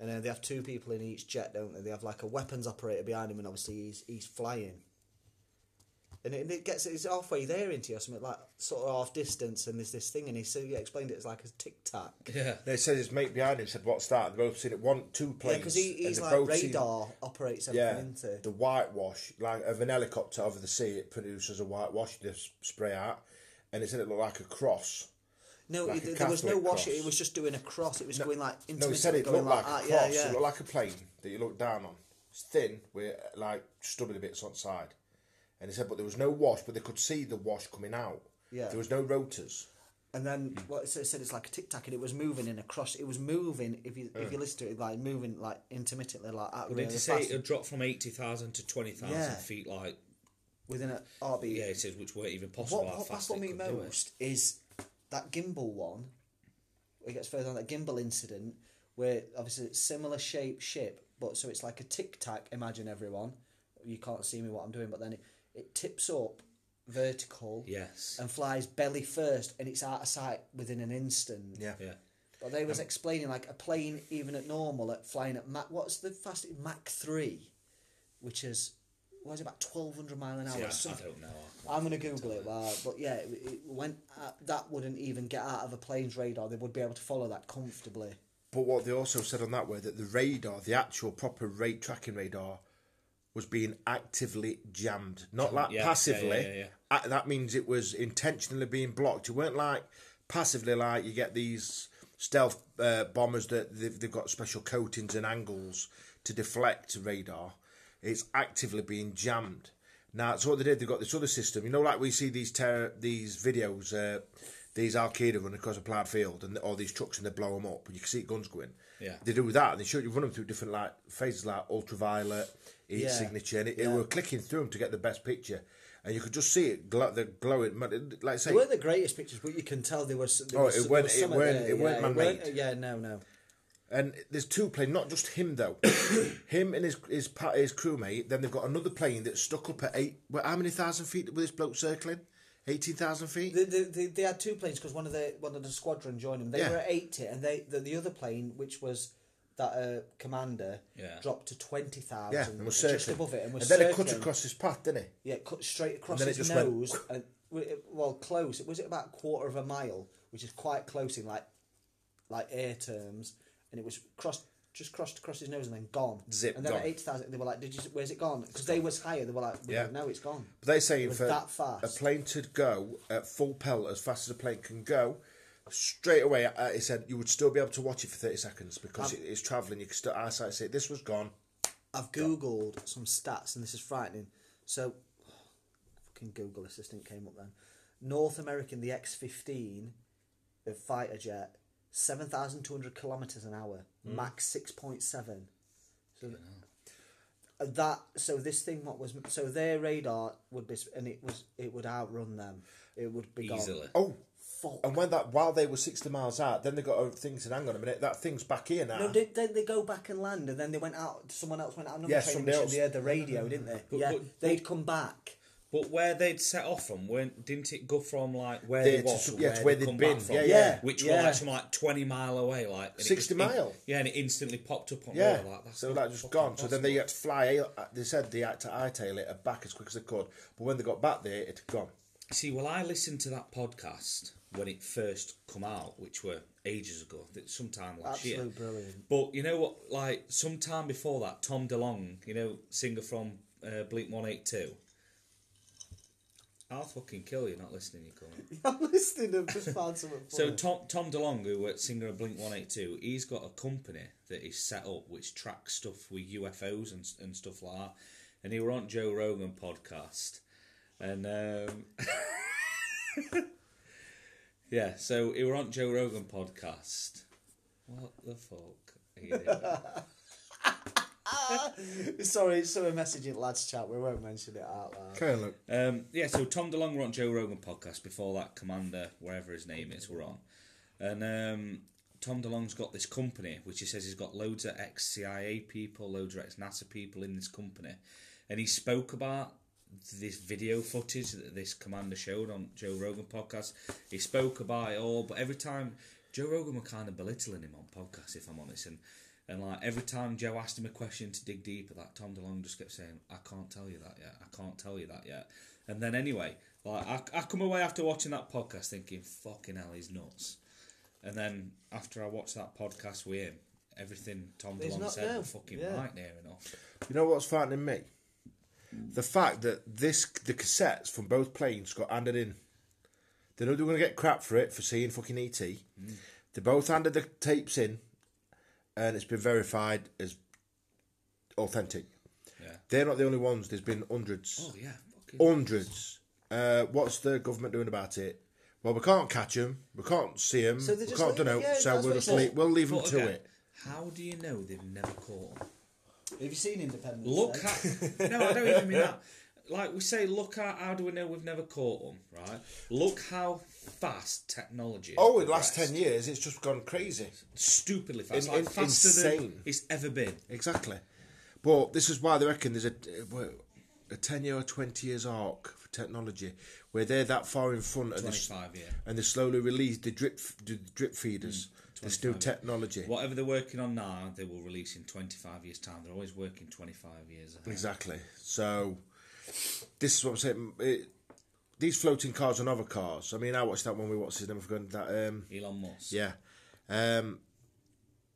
A: And uh, they have two people in each jet, don't they? They have like a weapons operator behind him, and obviously he's he's flying. And it, and it gets it's halfway there into you, something like sort of half distance, and there's this thing, and he said he explained it as like a tic
D: [LAUGHS]
A: tac.
B: Yeah.
D: They said his mate behind him said, "What's that?" They both seen it. One, two
A: Yeah,
D: planes.
A: because he,
D: and
A: he's
D: they
A: like
D: both seen-
A: radar operates
D: yeah,
A: everything into.
D: the whitewash like of an helicopter over the sea. It produces a whitewash. You just spray out, and it said it looked like a cross.
A: No,
D: like
A: it-
D: a
A: there was no
D: Catholic
A: wash.
D: cross.
A: It was just doing a cross. It was going like into
D: No, he said it looked like, a cross.
A: that. Yeah,
D: It
A: yeah.
D: looked like a plane that you look down on. It's thin with like stubbly bits on side. And he said, but there was no wash, but they could see the wash coming out.
A: Yeah.
D: There was no rotors.
A: And then
B: Hmm.
A: well, it said- said it's like a tic tac, and it was moving in a cross. It was moving if you
B: Uh.
A: if you listen to it, like moving like intermittently, like at really
B: Did you say
A: fast
B: it had dropped from eighty thousand to twenty thousand
A: Yeah.
B: feet? Like,
A: within an RB.
B: yeah, it says which weren't even possible.
A: what,
B: how
A: what
B: fast
A: baffled
B: it
A: me
B: could do it.
A: most is that gimbal one. It gets further on that gimbal incident where obviously it's similar shape ship, but so it's like a tic tac. Imagine everyone, you can't see me what I'm doing, but then it, it tips up vertical
B: Yes.
A: and flies belly first, and it's out of sight within an instant.
B: Yeah.
A: But they
D: Um,
A: was explaining like a plane even at normal at flying at Mach what's the fastest Mach three, which is was it about twelve hundred mile an hour?
B: Yeah,
A: or
B: I
A: something.
B: don't know.
A: I'm gonna Google it, well, but yeah, it, it went uh, that wouldn't even get out of a plane's radar. They would be able to follow that comfortably.
D: But what they also said on that were that the radar, the actual proper rate tracking radar, was being actively jammed, not like
B: yeah, yeah,
D: passively.
B: yeah, yeah.
D: Uh, That means it was intentionally being blocked. It weren't like passively, like you get these stealth uh, bombers that they've, they've got special coatings and angles to deflect radar. It's actively being jammed. Now, so what they did, they've got this other system. You know, like we see these terror, these videos, uh, these Al Qaeda run across a ploughed field and all these trucks and they blow them up, and you can see guns going.
B: Yeah.
D: They do that and they shoot you, run them through different like phases like ultraviolet, heat
A: Yeah.
D: signature, and it, it
A: Yeah.
D: were clicking through them to get the best picture. And you could just see it, gl- the glowing, man, like I say,
A: They weren't the greatest pictures, but you can tell they were. s- There
D: Oh,
A: was,
D: it
A: there
D: weren't-
A: was
D: it
A: something
D: weren't-
A: there,
D: it weren't
A: yeah,
D: man-made.
A: Yeah, no, no.
D: and there's two planes, not just him though,
A: [COUGHS]
D: him and his his pa- his crewmate. Then they've got another plane that's stuck up at eight. Well, how many thousand feet was this bloke circling? Eighteen thousand feet.
A: They, they, they, they had two planes because one of the one of the squadron joined them. They
D: Yeah.
A: were at eighty, and they the, the other plane, which was that uh, commander,
B: Yeah.
A: dropped to twenty thousand.
D: yeah, and was circling.
A: just above it, and was
D: then it cut
A: circling.
D: across his path, didn't it?
A: Yeah, cut straight across
D: then it
A: his
D: just went- [LAUGHS]
A: nose, and w- it- well, close. It was it about a quarter of a mile, which is quite close in like like air terms, and it was crossed. Just crossed across his nose and then gone.
D: Zip,
A: And then at
D: gone.
A: eighty thousand, they were like, "Did you? Where's it gone?" Because they was higher. They were like, "We
D: Yeah.
A: don't know. It's gone."
D: But they're saying
A: was
D: for
A: that fast.
D: a plane to go at full pelt as fast as a plane can go, straight away, uh, he said you would still be able to watch it for 30 seconds because
A: Um,
D: it, it's travelling. You can still eyesight see it. This was gone.
A: I've googled some stats, and this is frightening. So, fucking Google assistant came up then. North American, the X fifteen, the fighter jet, seven thousand two hundred kilometers an hour,
D: Hmm.
A: max six point seven. So uh, that so this thing what was so their radar would be and it was it would outrun them. It would be gone.
B: Easily.
D: Oh,
A: fuck.
D: And when that while they were sixty miles out, then they got a thing said, "Hang on a minute, that thing's back here now."
A: No, did, then they go back and land, and then they went out. Someone else went out. Another
D: Yeah,
A: training
D: somebody
A: mission.
D: else.
A: They heard the radio, didn't they?
B: But-
A: yeah,
B: but-
A: they'd come back.
B: But where they'd set off from, weren't, didn't it go from like where
D: There
B: they
D: to
B: was
D: some-
B: to
D: yeah,
B: where,
D: to where
B: they'd
D: they'd
B: come
D: been,
B: back from?
D: yeah,
A: yeah.
B: Which
A: Yeah.
B: was like some like twenty mile away, like and it
D: 60
B: just- it-
D: mile?
B: yeah, and it instantly popped up on
D: Yeah,
B: her, like that's
D: so
B: not
D: that just
B: fucking
D: gone. So then they
B: possible.
D: had to fly. uh, They said they had to hightail it back as quick as they could. But when they got back there, it had gone.
B: See, well, I listened to that podcast when it first come out, which were ages ago, I think sometime last year.
A: Absolute brilliant.
B: But you know what? Like sometime before that, Tom DeLonge, you know, singer from uh, Bleak One Eight Two. I'll fucking kill you not listening, you cunt.
A: I'm listening. I've just found something.
B: So
A: funny.
B: Tom Tom DeLonge, who was singer of Blink One Eight Two, he's got a company that he's set up which tracks stuff with UFOs and and stuff like that. And he were on Joe Rogan podcast, and um, [LAUGHS] yeah, so he were on Joe Rogan podcast. What the fuck are you doing?
A: sorry, it's a message in lads chat. We won't mention it out loud.
D: Okay, look.
B: Um, yeah, so Tom DeLonge were on Joe Rogan podcast before that Commander, wherever his name is, were on. And um, Tom DeLonge's got this company, which he says he's got loads of ex CIA people, loads of ex NASA people in this company. And he spoke about this video footage that this commander showed on Joe Rogan podcast. He spoke about it all, but every time Joe Rogan were kind of belittling him on podcasts, if I'm honest. And, and like every time Joe asked him a question to dig deeper, that Tom DeLonge just kept saying, "I can't tell you that yet. I can't tell you that yet." And then anyway, like I, I come away after watching that podcast thinking, "Fucking hell, he's nuts." And then after I watched that podcast with him, everything Tom
A: He's
B: DeLonge
A: not
B: said
A: there.
B: was fucking
A: Yeah.
B: right near enough.
D: You know what's frightening me? The fact that this the cassettes from both planes got handed in. They know they're going to get crap for it for seeing fucking ET.
B: Mm.
D: They both handed the tapes in, and it's been verified as authentic.
B: Yeah.
D: They're not the only ones. There's been hundreds.
B: Oh yeah. Fucking.
D: hundreds. Uh, what's the government doing about it? Well, we can't catch them. We can't see them.
A: So they
D: we
A: just
D: can't
A: leave
D: know.
A: it, yeah,
D: so
A: that's what
D: we'll just
A: it says.
D: leave, we'll leave them
B: But
D: to
B: again,
D: it.
B: How do you know they've never caught 'em?
A: Have you seen Independence?
B: Look
A: Day? [LAUGHS]
B: at no, I don't even mean that. Like we say, look at how do we know we've never caught them, right? Look how fast technology.
D: Oh, in the last
B: progressed.
D: ten years, it's just gone crazy.
B: stupidly fast,
D: In-
B: like
D: in-
B: faster
D: insane.
B: than it's ever been.
D: Exactly. But this is why they reckon there's a a ten year or twenty years arc for technology where they're that far in front and they, s-
B: 25 year.
D: and they slowly release the drip f- the drip feeders.
A: Mm,
D: There's new technology.
B: Whatever they're working on now, they will release in 25 years' time. They're always working 25 years ahead.
D: Exactly. So this is what I'm saying. It, these floating cars and other cars. I mean, I watched that one. We watched his name. I've gone that. Um,
B: Elon Musk.
D: yeah. Um,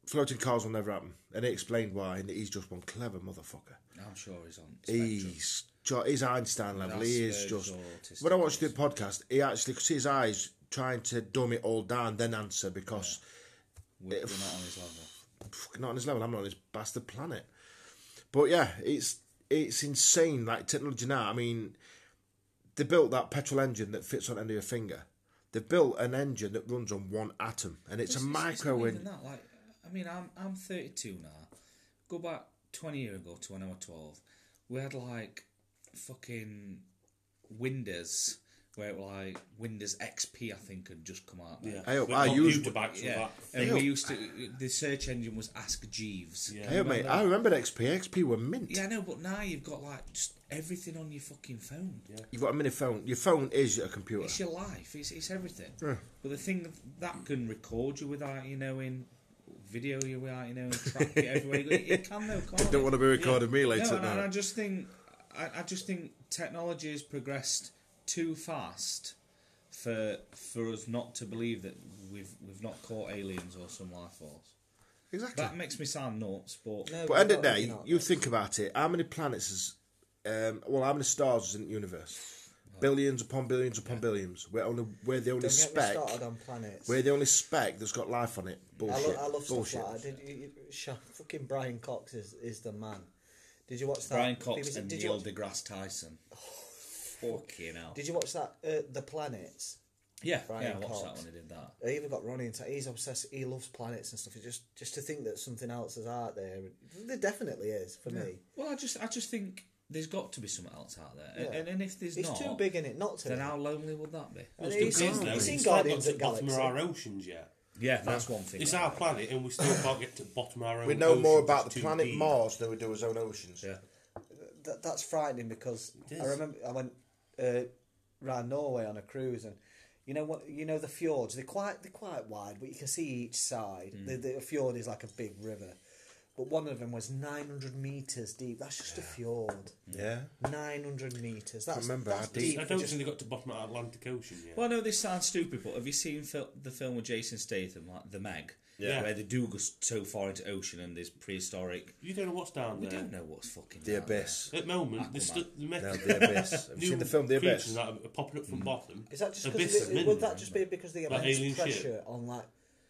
D: floating cars will never happen, and he explained why. And he's just one clever motherfucker.
B: I'm sure he's on. Spectrum.
D: He's ju- he's Einstein level. he is
B: Asperger's
D: just.
B: or autistic
D: When I watched the podcast, he actually could see his eyes trying to dumb it all down, then answer because
B: We're, we're not on his level.
D: fuck, not on his level. I'm not on his bastard planet. But yeah, it's it's insane. Like technology now. I mean, they built that petrol engine that fits on the end of your finger. They built an engine that runs on one atom, and it's, a micro.
B: not
D: in
B: even that. Like, I mean, I'm I'm 32 now. Go back 20 years ago to when I was 12. We had like fucking Windows, where it was like Windows XP, I think, had just come out. Then.
C: Yeah.
D: Hey,
C: With
D: I use-
C: computer bags and
B: Yeah,
C: that.
B: and we used to. The search engine was Ask Jeeves.
C: Yeah.
D: hey, mate, I remember XP. XP were mint.
B: Yeah, I know, but now you've got like just everything on your fucking phone.
D: You've got a mini phone. Your phone is a computer.
B: It's your life. It's it's everything. But the thing that can record you without you knowing, video you without you knowing, track
D: [LAUGHS]
B: you everywhere. you go. It can though. Can't
D: Don't
B: it?
D: want to be recording me later.
B: No, and,
D: now.
B: and I just think, I, I just think technology has progressed too fast for for us not to believe that we've we've not caught aliens or some life forms.
D: exactly.
B: That makes me sound nuts, but
A: No,
D: But at the end
A: we're
D: of the
A: not
D: day,
A: looking at
D: you
A: that.
D: think about it. How many planets is, um, well, how many stars is in the universe? Billions upon billions upon billions. We're only we're the only
A: Don't get me
D: speck.
A: started on planets.
D: We're the only speck that's got life on it.
A: I,
D: Bullshit.
A: lo- I love
D: Bullshit.
A: stuff like that. Did you, you- [LAUGHS] sh- fucking Brian Cox is, is the man. Did you watch that?
B: Brian Cox
A: BBC
B: and
A: did
B: Neil
A: you watch,
B: deGrasse
A: [SIGHS]
B: Tyson. Fucking hell.
A: Did you watch that? Uh, the planets.
B: Yeah,
A: Brian
B: yeah, I watched that
A: Cox.
B: when he did that.
A: He even got Ronnie into. He's obsessed. He loves planets and stuff. It's just just to think that something else is out there. There definitely is for me.
B: Well, I just I just think there's got to be something else out there. And,
A: Yeah.
B: and, and if there's
A: it's
B: not,
A: too big in it not to.
B: then how lonely would that be?
A: And
C: Still
A: he's seen-
C: is, though.
A: he's seen
C: It's
A: Guardians
C: not
A: of
C: got to the
A: Galaxy.
C: bottom of our oceans yet.
B: Yeah, that's one thing.
C: It's
B: right?
C: our planet, and we still can't get to the bottom of our own.
D: We know more
C: oceans.
D: about
C: It's
D: the
C: too
D: planet
C: deep.
D: Mars than we do his own oceans.
B: Yeah.
A: that, that's frightening because
C: It
A: I
C: is.
A: remember I went uh, round Norway on a cruise and you know what you know the fjords they're quite they're quite wide but you can see each side the,
C: Mm.
A: the fjord is like a big river but one of them was 900 meters deep that's just a fjord
D: Yeah.
A: 900 meters that's,
D: remember
A: that's
D: how deep
A: deep,
C: I don't
A: Just-
C: think they got to the bottom of the Atlantic Ocean yet.
B: Well, I know this sounds stupid, but have you seen fil- the film with Jason Statham, like The Meg?
C: Yeah.
B: Where they do go s- so far into ocean and there's prehistoric.
C: you don't know what's down
B: We
C: there.
B: don't know what's fucking
D: The
B: out there.
D: Abyss.
C: At the moment,
B: Aquaman.
C: there's still the met-
D: No, The Abyss. Have
C: [LAUGHS]
D: you
C: new
D: seen the film The
C: creatures
D: Abyss?
C: that are popping up from bottom.
A: is that just
C: Abyss
A: because
C: is
A: would
C: mineral,
A: that just be because of the
C: Like
A: immense
C: alien ship.
A: pressure on like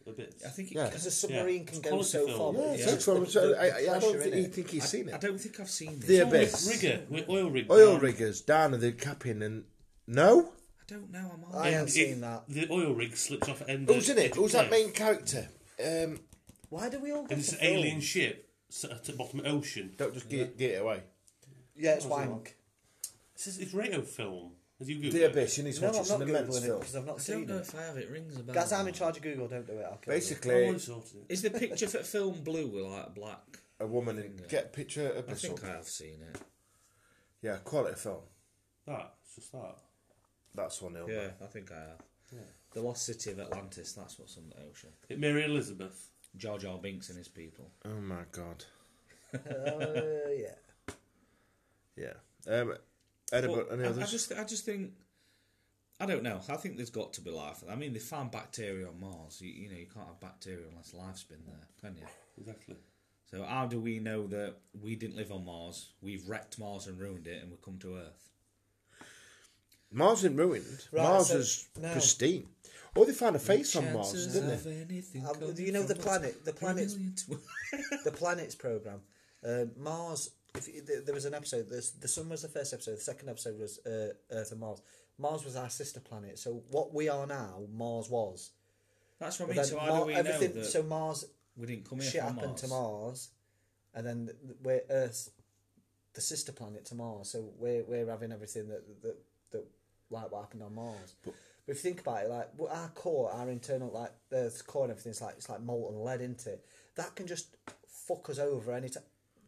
C: Abyss.
B: I think it
D: Yeah.
B: ca-
A: because a submarine
C: Yeah.
A: can
C: It's
A: go
C: quality
A: so
C: film.
A: far but
C: Yeah,
A: it's
D: so
A: just
D: from-
A: the-
D: so
A: the- the
D: I- I, don't
A: pressure
D: think
A: in
D: he
A: it.
D: think he's seen
B: I
D: it.
B: don't think I've seen this.
D: The
B: I
D: Abyss.
C: rigger, with oil rig.
D: Oil
C: down.
D: riggers down and they're capping and no.
B: don't know. I'm
A: I
B: all
A: haven't
C: It-
A: seen that
C: The oil rig slips off at end.
D: Who's
C: of-
D: in it? Who's that
C: Yeah.
D: main character? Um,
A: why do we all go
C: And it's
A: for
C: an alien
A: film?
C: ship s- at the bottom of ocean.
D: don't just get, get it away.
A: yeah it's
C: What was it?
A: wank
C: This is it's radio film. As you Google
D: The
C: it.
D: Abyss. You need to
A: No,
D: watch
A: I'm not
D: it's an immense
A: googling it
D: film.
A: because I've not
B: I don't
A: seen
B: know
A: it.
B: if I have it. Rings a bell.
A: Guys, I'm in charge of Google. Don't do it. I'll kill you.
C: Oh,
D: Basically,
C: it's sorted it.
B: Is the
A: [LAUGHS]
B: picture for film blue with like black?
D: a woman in, get a picture of
B: I
D: this
B: think
D: up.
B: I have seen it.
D: Yeah, quality film.
C: That. It's just that.
D: That's one nil.
B: Yeah, I think I have. The Lost City of Atlantis. That's what's on the ocean.
C: It Mary Elizabeth.
B: George R. Binks and his people.
D: Oh my god.
A: Uh, yeah.
D: Yeah. Um, Edinburgh.
B: But
D: Any
B: I,
D: others?
B: I just, I just think, I don't know. I think there's got to be life. I mean, they found bacteria on Mars. You, you know, you can't have bacteria unless life's been there, can you?
C: Exactly.
B: So how do we know that we didn't live on Mars? We've wrecked Mars and ruined it, and we come to Earth.
D: Mars isn't ruined.
A: Right,
D: Mars
A: so-
D: is
A: no.
D: pristine. Oh, they found a face on Mars,
B: Chances
D: didn't
B: of
D: they?
B: anything
A: Um,
B: coming
A: you know
B: from
A: the
B: us
A: planet- the
B: are
A: planet's-
B: million to-
A: The planets program. Um Mars. If you- th- there was an episode, the the sun was the first episode. The second episode was uh, Earth and Mars. Mars was our sister planet. So what we are now, Mars was.
B: [LAUGHS] That's what I
A: But
B: mean.
A: then
B: So
A: Mar-
B: how do we know
A: everything-
B: that
A: So Mars
B: we didn't come here
A: shit
B: from
A: happened
B: Mars?
A: to Mars, and then th- th- we're Earth's the sister planet to Mars. So we're we're having everything that that that like what happened on Mars. But, if you think about it, like w- our core, our internal like Earth's core and everything's like it's like molten lead, isn't it? That can just fuck us over any time.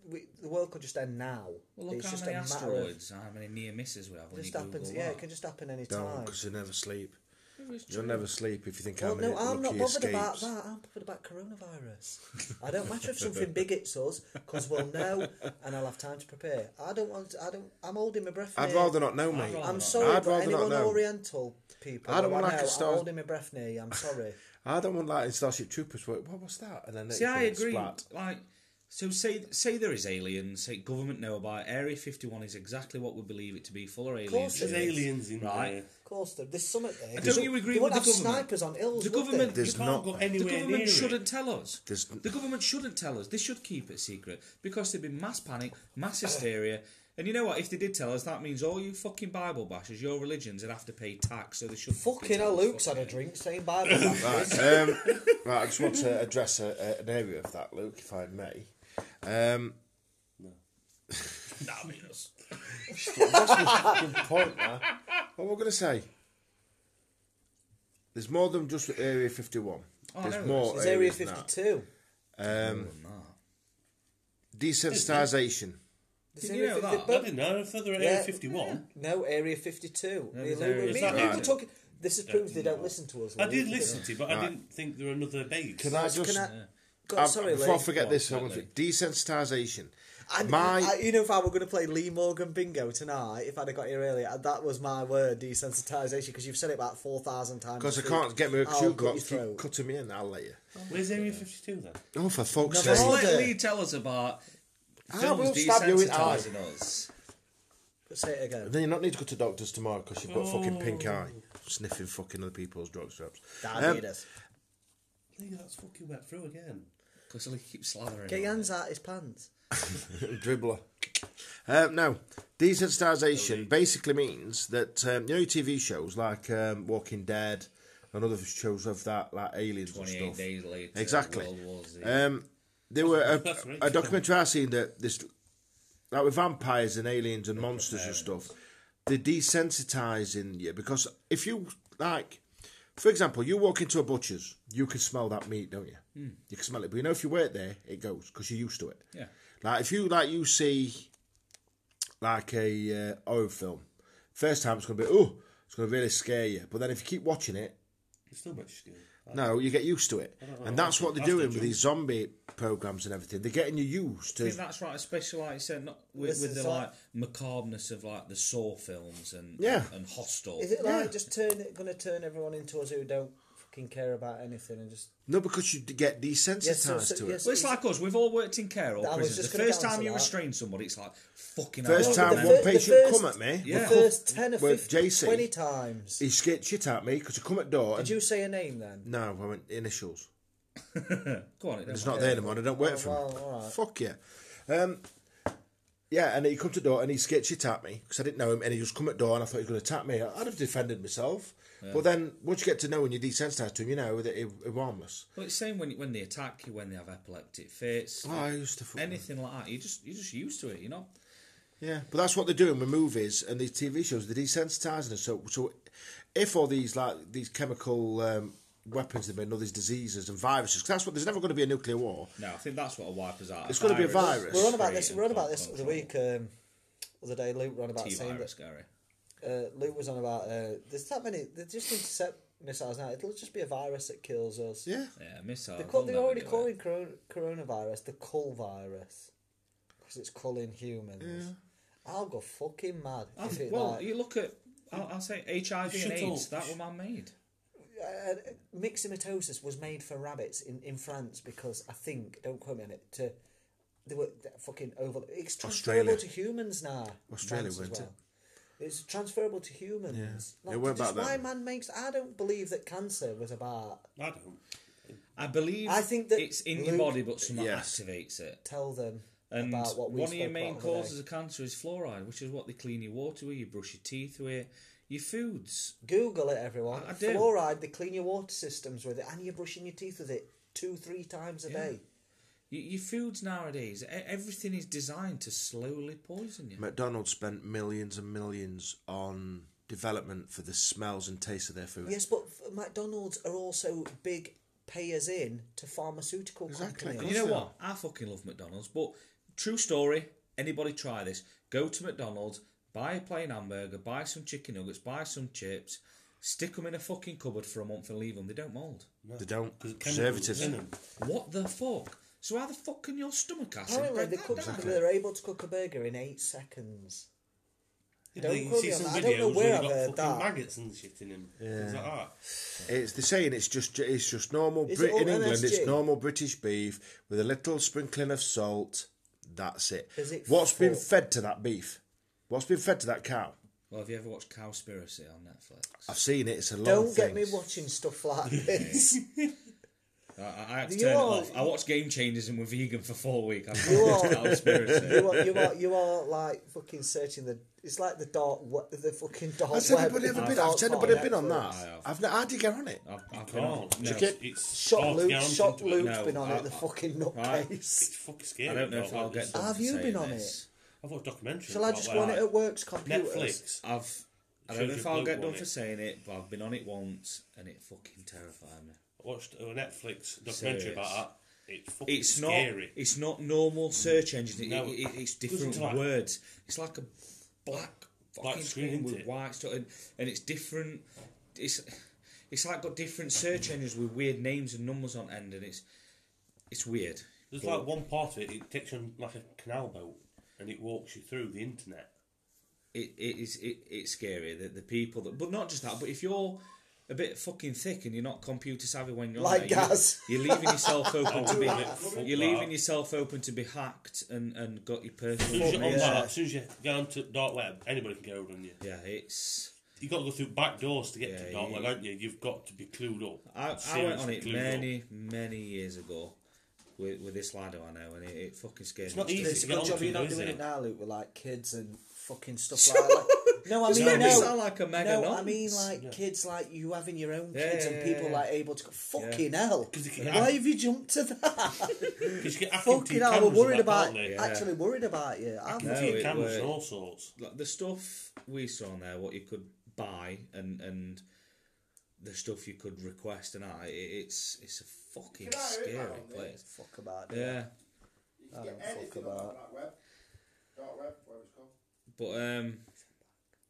A: We, the world could just end now.
B: Well, look
A: it's
B: how
A: just
B: many
A: a matter of-
B: asteroids, how many near misses we have when
A: It just
B: you
A: happens.
B: Google
A: Yeah,
B: that.
A: it can just happen any
D: No,
A: time.
D: because they never sleep.
B: It is
D: You'll
B: true.
D: never sleep if you think
A: Well,
D: how many
A: no, I'm not
D: lucky
A: bothered
D: escapes.
A: about that. I'm bothered about coronavirus. I don't matter if something big hits us because we'll know and I'll have time to prepare. I don't want. I don't. I'm holding my breath.
D: I'd
A: here.
D: rather not know,
B: I'd
D: mate.
B: rather
A: I'm
B: not.
A: sorry,
D: I'd
A: but
D: rather not
A: anyone
D: know.
A: Oriental people.
D: I don't
A: who
D: want
A: know,
D: like a star-
A: I'm holding my breath near you. I'm sorry.
D: I don't want like in Starship Troopers. What, what was that? And then
B: See, I
D: it's
B: agree.
D: Splat.
B: Like, so say say there is aliens. Say government know about it. Area fifty one is exactly what we believe it to be, full of aliens.
A: course
C: There's
A: it is.
C: aliens in
B: Right.
C: there.
A: Of course, there- there's summit there.
B: Don't you agree
A: they
B: with
A: wouldn't
B: the
A: have
B: government?
A: snipers on ills.
B: The
A: would
B: government-
A: They?
D: There's
C: you can't
D: not-
C: go
D: The
B: The
C: anywhere near
B: government shouldn't
C: it.
B: tell us.
D: There's-
B: The government shouldn't tell us. They should keep it secret because there'd be mass panic, mass hysteria. And you know what? If they did tell us, that means all you fucking Bible bashers, your religions, would have to pay tax. So they should
A: Fucking hell, Luke's had a drink, saying
D: [LAUGHS]
A: Bible. backwards.
D: um, right, I just want to address a, a, an area of that, Luke, if I may. Um,
B: That means us.
D: good point, man. What we're going to say? There's more than just Area 51.
B: Oh, I know
D: There's
B: this.
D: more.
A: There's Area
D: areas than that.
A: 52.
D: Um, desensitisation.
A: There's
B: Did you know
A: 50
B: that?
C: I
A: but-
C: didn't know if they're at
A: Yeah.
C: Area 51.
A: No, Area 52.
B: No,
A: Me
B: there's
A: and Lou-
B: Area
A: me and Lou were
D: 52.
A: talking- This is proof they don't listen to us.
C: I
A: Lou.
C: did listen to, you, but I
D: Right.
C: didn't think there were another base.
D: Can I just?
A: Can I, God,
D: um,
A: sorry,
D: before I
A: Lou.
D: forget
B: Go
D: this,
B: on,
D: I want to
B: Luke.
D: desensitisation.
A: I,
D: My
A: I- you know, if I were going to play Lee Morgan Bingo tonight, if I'd have got here earlier, that was my word, desensitisation, because you've said it about 4,000 times.
D: because I
A: this
D: can't
A: week.
D: get my
A: I'll
D: shoe
A: cut your
D: clock
A: throat.
D: keep cutting me in. I'll let you.
C: Where's Area 52 then?
D: Oh, for fuck's
A: No,
B: Just
D: sake!
A: but-
B: let Lee tell us about
D: I
B: films
D: will stab you in the eye.
B: desensitising us.
A: Say it again.
D: Then you not need to go to doctors tomorrow because you've got fucking pink eye, sniffing fucking other people's drug straps. Um,
A: Diabetes.
C: Lee, that's fucking wet through again.
B: Because Lee keeps slathering.
A: get
B: on.
A: your hands out his pants.
D: [CLEARS THROAT] dribbler. Um, no, desensitisation basically means that um, you know TV shows like um, Walking Dead and other shows of that, like aliens and
B: 28
D: stuff.
B: days later,
D: exactly.
A: Uh,
B: World War Z.
D: Um, there were
C: That's
D: a,
C: right.
D: a documentary I seen that this like with vampires and aliens and monsters and stuff, they're desensitising you because if you like, for example, you walk into a butcher's, you can smell that meat, don't you?
C: Hmm.
D: You can smell it, but you know if you work there, it goes because you're used to it.
B: Yeah.
D: Like if you like you see like a uh, horror film, first time it's gonna be oh, it's gonna really scare you. But then if you keep watching it,
C: It's still much scary.
D: no, you get used to it, and that's what they're
C: That's the
D: doing with
C: joke.
D: these zombie programs and everything. They're getting you used
B: I
D: to
B: think that's right, especially like you said, not with,
A: This
B: with
A: is
B: the like
A: like-
B: macabreness of like the Saw films and
D: Yeah.
B: and, and Hostel.
A: Is it like just turn going to turn everyone into us who don't fucking care about anything and just
D: no because you d- get desensitized
A: Yes, so- so-
D: to it.
A: yes.
B: Well, it's like us. We've all worked in care or
A: I was
B: prisons.
A: just
B: The
A: gonna
B: first
A: get
B: time
A: onto
B: you
A: that.
B: restrain somebody, it's like fucking.
D: First
B: hell.
D: time
A: The
B: And
A: fir-
D: one
B: then-
A: the
D: patient
A: first-
D: come at me,
A: the
B: Yeah.
A: first ten or
D: With
A: 15,
D: JC.
A: twenty times.
D: he skipped shit at me because I come at door.
A: Did
D: And,
A: you say a name then?
D: no, I went initials.
B: Go on, it
D: It's
B: doesn't
D: not there anymore. and I don't work
A: Oh,
D: for him.
A: well, all right.
D: Fuck yeah. Um, yeah, and he come to door and he sketched it at me because I didn't know him, and he just come at door and I thought he was going to attack me. I'd have defended myself, but then once you get to know and you're desensitised to him, you know that he- he's harmless.
B: Well, it's same when when they attack you, when they have epileptic fits,
D: Oh, I used to fucking-
B: anything like that. You just you're just used to it, you know.
D: Yeah, but that's what they're doing with movies and these TV shows. They're desensitising us. So, so if all these like these chemical um, weapons they've made, and all these diseases and viruses, 'cause that's what there's never going to be a nuclear war.
B: No, I think that's what a wipe is out.
D: It's gotta be a virus.
A: We're on about
B: Straight
A: this.
B: and
A: We're on about
B: full
A: this the
B: control.
A: week. Um, other day, Luke ran about saying
B: T-virus,
A: that
B: Gary.
A: uh, Luke was on about uh, there's that many. They just intercept missiles now. It'll just be a virus that kills us.
D: Yeah,
B: Yeah, missile.
A: They call, they're already calling corona, coronavirus the cull virus because it's culling humans. I'll go fucking mad. if it,
B: Well,
A: like-
B: you look at. I'll, I'll say HIV and
C: Shut
B: AIDS.
C: up.
B: That were man-made.
A: uh, myxomatosis was made for rabbits in, in France because I think, don't quote me on it, to they were they're fucking over. It's transferable
D: Australia.
A: to humans now.
D: Australia,
A: France as
D: weren't it?
A: It's transferable to humans.
D: It weren't
A: just
D: about
A: why
D: that.
A: man makes. I don't believe that cancer was about
C: I don't.
B: I believe.
A: I think that
B: it's in your
A: Luke-
B: body, but something
D: Yes.
B: activates it.
A: tell them
B: And
A: about what we
B: one of your
A: spoke
B: main
A: about the other
B: causes
A: day.
B: of cancer is fluoride, which is what they clean your water with, you brush your teeth with, your foods.
A: Google it, everyone.
B: I- I do.
A: Fluoride. They clean your water systems with it, and you're brushing your teeth with it two, three times a day.
B: Your, your foods nowadays, e- everything is designed to slowly poison you.
D: McDonald's spent millions and millions on development for the smells and taste of their food.
A: Yes, but f- McDonald's are also big payers in to pharmaceutical
D: Exactly.
A: companies.
B: And you know
D: they
B: what? I fucking love McDonald's, but true story. Anybody try this? Go to McDonald's, buy a plain hamburger, buy some chicken nuggets, buy some chips, stick them in a fucking cupboard for a month and leave them. They don't mold.
D: They don't.
C: 'Cause it can-
D: Conservatives.
C: venom.
B: What the fuck? So how the fuck can your stomach acid
A: Apparently,
B: break
A: they
B: that
A: cook,
B: down?
A: they're able to cook a burger in eight seconds. Don't
C: You
A: quote
C: see
A: me on
C: some
A: that. I don't know
C: videos
A: where
C: they've
A: I've
C: got
A: heard
C: fucking
A: that.
C: maggots and shit in them. Things like that.
D: It's they're saying it's just it's just normal
A: Is
D: Brit
A: it all
D: in England.
A: MSG?
D: It's normal British beef with a little sprinkling of salt. That's it.
A: Is it
D: What's
A: full?
D: been fed to that beef? What's been fed to that cow?
B: Well, have you ever watched Cowspiracy on Netflix?
D: I've seen it. It's a long
A: Don't
D: thing.
A: get me watching stuff [LAUGHS] like this.
B: I, I I had to
A: You
B: turn it
A: are-
B: off. I watched Game Changers and were vegan for four weeks. I've
A: You
B: not watched
A: are-
B: Cowspiracy.
A: you, are, you are you are like fucking searching the. It's like the dark, we- the fucking dark
D: Has
A: web.
D: anybody ever
A: the
D: been?
A: dark
D: Has anybody
A: part
D: been on
A: of
D: that?
A: Netflix.
B: have.
D: I've not. How do you get on it?
B: I've, I've been on.
C: Can't.
B: No,
C: It's,
D: get-
C: it's
A: Shot
C: hard to
A: Luke,
C: get onto
A: shot
C: it.
A: Luke's
B: No,
A: been on
B: I-
A: it. The
B: I-
A: fucking
B: right.
A: nutcase.
C: It's fucking scary.
B: I don't know
C: about
B: if I'll
C: what
B: get
C: this-
B: done
A: Have
B: for
A: you
B: saying
A: been on
B: this.
C: I've watched documentaries.
A: Shall I
C: about
A: just
C: that.
A: go on it at work's computers?
C: Netflix.
B: I've. I
C: Shows
B: don't know if
C: your
B: I'll
C: bloke
B: get
C: on
B: done
C: it.
B: for saying it, but I've been on it once and it fucking terrified me.
C: I watched a Netflix documentary
B: Serious.
C: about that. It's fucking
B: It's not.
C: scary.
B: It's not normal search engine. It,
C: No.
B: it, it- it's
C: It doesn't
B: different
C: like-
B: words. It's like a black fucking
C: screen,
B: screen,
C: isn't
B: with
C: it?
B: white stuff, and, and it's different. It's it's like got different search engines with weird names and numbers on end, and it's it's weird.
C: There's
B: But-
C: like one part of it, it takes you on like a canal boat and it walks you through the internet.
B: it, it is it, it's scary that the people that but not just that but if you're a bit fucking thick and you're not computer savvy when you're on there,
A: Like
B: you-
A: Gaz.
B: you're, leaving
A: [LAUGHS]
B: yourself open to be
C: Fuck
B: you're leaving
C: that.
B: yourself open to be hacked and and got your
C: As soon
B: personal
C: as you're on
A: yeah.
C: that, as soon as you get onto the dark web, anybody can get over on you.
B: yeah it's
C: You've got to go through back doors to get to the dark
B: you-
C: web, haven't you? You've got to be clued up.
B: I, I went on
C: Seriously
B: it
C: clued up.
B: many many years ago with with this lad who I know and it, it fucking scared
C: It's
B: me
C: not easy
A: It's
C: to
A: a
C: get
A: good
C: onto,
A: job you're
C: though,
A: not
C: is
A: doing
C: it?
A: [LAUGHS] it now, Luke, with like kids and fucking stuff like that. No, I
B: Just
A: mean
B: made me
A: no.
B: sound like a mega
A: no, I
B: nonce.
A: mean like kids, like you having your own
B: Yeah,
A: kids, and
B: yeah,
A: people
B: yeah.
A: like able to go, fucking hell.
C: Because you can
A: Why
C: act-
A: have you jumped to that?
C: Because you get
A: fucking
C: fucking
A: hell, we're
C: cameras
A: worried
C: and that,
A: about
C: can't they?
A: actually worried about you. I've,
B: No,
C: Fucking
B: it
C: cameras
B: worked.
C: and all sorts.
B: like the stuff we saw on there, what you could buy and and the stuff you could request and I, it, it's it's a fucking
E: Can I read that
B: scary
E: on
B: place.
A: fuck about it.
B: Yeah,
A: I
E: You can
A: don't
E: get
A: fuck
E: anything on
A: about.
E: that black web. Dark web, whatever it's called.
B: but um,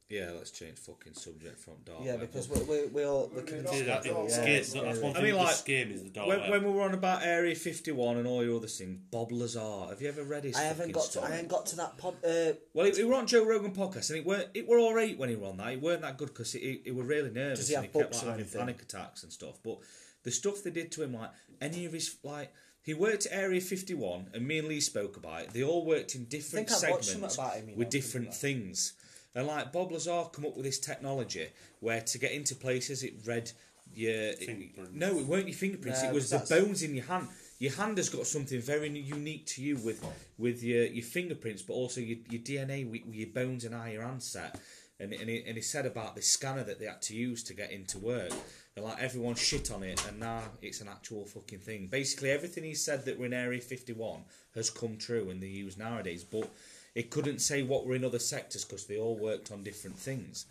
B: yeah, let's change fucking subject from dark.
A: Yeah,
B: web.
A: because we we, we all the
E: We're
A: kids.
E: not-
C: See, that,
E: Yeah,
C: it
E: it's
C: scares, that's one
B: I
C: thing
B: mean,
C: that
B: like,
C: does scare me is the dark
B: when,
C: web.
B: when we were on about Area Fifty One and all your other things, Bob Lazar. Have you ever read his?
A: I haven't
B: fucking
A: got to.
B: story?
A: I haven't got to that pod. Uh,
B: Well, it, it were on Joe Rogan podcast, and it were it were all right when he were on that. It weren't that good because he, he were really nervous.
A: Does he
B: and
A: have
B: he kept
A: books
B: like,
A: or
B: having
A: anything?
B: panic attacks and stuff. But the stuff they did to him, like any of his like. He worked at Area 51, and me and Lee spoke about it. They all worked in different
A: think I watched
B: segments
A: something about him, you
B: with
A: know,
B: different
A: something
B: things. And like Bob Lazar come up with this technology where to get into places, it read your it-
C: Fingerprints.
B: no, it weren't your fingerprints.
A: No,
B: it was the
A: that's-
B: bones in your hand. Your hand has got something very n- unique to you with with your, your fingerprints, but also your, your DNA, with, with your bones and how your hands set. And and he, and he said about this scanner that they had to use to get into work. And like everyone shit on it, and now it's an actual fucking thing. Basically, everything he said that we're in Area Fifty One has come true and they use nowadays. But it couldn't say what were in other sectors because they all worked on different things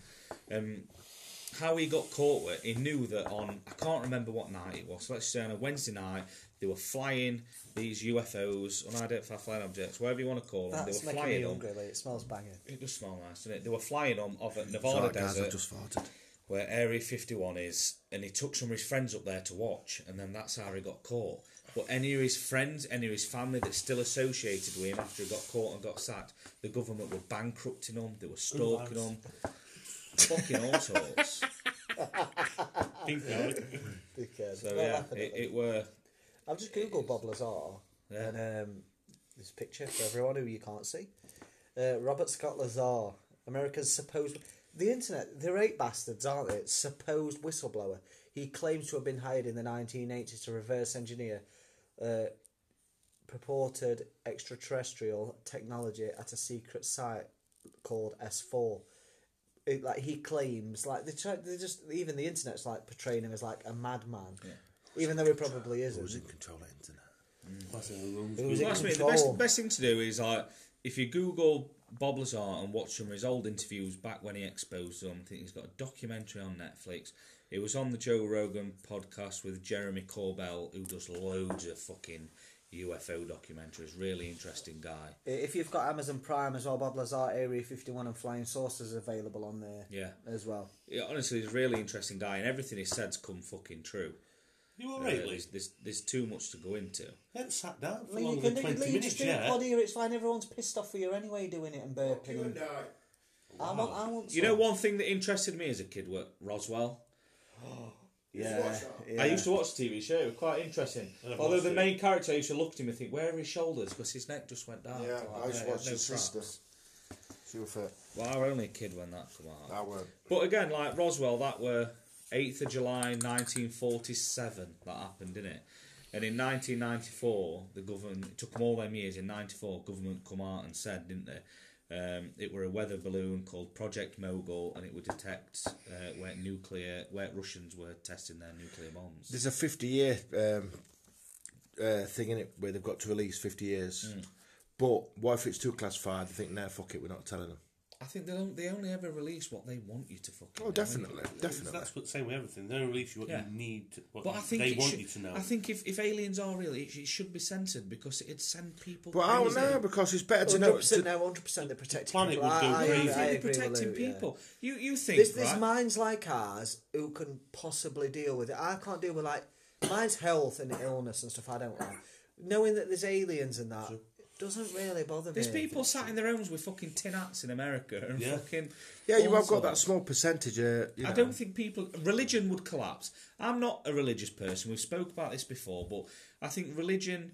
B: how he got caught with, he knew that on I can't remember what night it was. Let's say on a Wednesday night, they were flying these UFOs, unidentified flying objects, whatever you want to call them.
A: that's
B: they were
A: making me
B: flying them.
A: hungry. Like, it smells banging.
B: It does smell nice, doesn't it? They were flying them off at
D: Sorry,
B: Nevada
D: guys, I've
B: desert,
D: just farted.
B: where Area Fifty One is, and he took some of his friends up there to watch, and then that's how he got caught. But any of his friends, any of his family that's still associated with him after he got caught and got sacked, the government were bankrupting him, they were stalking him, fucking all sorts.
C: Pink Floyd.
A: Dickhead.
B: So
A: Not
B: yeah,
A: laughing at
B: it,
A: them.
B: it were
A: I've just googled Bob Lazar,
B: Yeah.
A: and um, this picture for everyone who you can't see. Uh, Robert Scott Lazar, America's supposed the internet. They're eight bastards, aren't they? Supposed whistleblower. He claims to have been hired in the 1980s to reverse engineer uh, purported extraterrestrial technology at a secret site called S4. It, like he claims, like they try, they just even the internet's like portraying him as like a madman, even though he probably isn't.
D: Who's in control of internet?
C: That's a wrong
A: was in
C: school.
B: Well, that's me. The
A: control.
B: best, best thing to do is like if you Google Bob Lazar and watch some of his old interviews back when he exposed them. I think he's got a documentary on Netflix. It was on the Joe Rogan podcast with Jeremy Corbell, who does loads of fucking UFO documentaries. Really interesting guy.
A: If you've got Amazon Prime as well, Bob Lazar, Area 51, and Flying Saucers are available on there
B: Yeah.
A: as well.
B: Yeah, honestly, he's a really interesting guy, and everything he said's come fucking true.
C: You all
B: Uh,
C: right, Lee?
B: there's, there's there's too much to go into.
C: Haven't sat down for
A: Lee, you
C: longer
A: can
C: than
A: do, Lee,
C: 20
A: you just
C: minutes
A: do a
C: yet.
A: pod here, it's fine. Everyone's pissed off with you anyway doing it and burping.
E: You
A: and-
E: and I.
A: I want, I want
B: You know,
A: some.
B: one thing that interested me as a kid was Roswell.
A: Yeah, yeah.
B: I used to watch the TV show. It was quite interesting.
C: I've
B: Although
C: watched
B: the
C: it.
B: main character, I used to look at him and think, "Where are his shoulders?" Because his neck just went down.
E: Yeah,
B: Like,
E: I used to
B: yeah,
E: watch
B: no
E: his
B: crap.
E: sister. She was fit.
B: Well, I were only a kid when that came out.
E: I were.
B: But again, like Roswell, that were eighth of July, nineteen forty-seven. That happened, didn't it? And in 1994, the government it took them all them years. In '94, government come out and said, didn't they? Um, it were a weather balloon called Project Mogul, and it would detect uh, where nuclear, where Russians were testing their nuclear bombs.
D: There's a 50 year um, uh, thing in it where they've got to release 50 years.
B: Hmm.
D: But what if it's too classified? They think, no, fuck it, we're not telling them.
B: I think they don't. They only ever release what they want you to fucking.
D: Oh,
B: know.
D: definitely, definitely.
C: That's what same with everything. They don't release you what
B: Yeah.
C: you need to, what
B: But I think
C: they
B: it
C: want
B: should-
C: you to know.
B: I think if, if aliens are real, it, sh- it should be censored because it'd send people.
D: But I don't
B: crazy.
D: know because it's better to know.
A: 100%
D: To,
A: now, 100% they're protecting
C: planet
A: people.
C: would go
A: I, I,
C: crazy.
A: I
B: They're
A: agree with
B: protecting
A: Lou, yeah.
B: people. You you think
A: There's,
B: right?
A: there's minds like ours who can possibly deal with it. I can't deal with like mine's health and illness and stuff. I don't like knowing that there's aliens and that doesn't really bother
B: there's
A: me.
B: people sat in their homes with fucking tin hats in America and
C: Yeah.
B: fucking.
D: yeah, you
B: all
D: have got that
B: sorts.
D: small percentage. Uh, you know.
B: I don't think people religion would collapse. I'm not a religious person. We've spoke about this before, but I think religion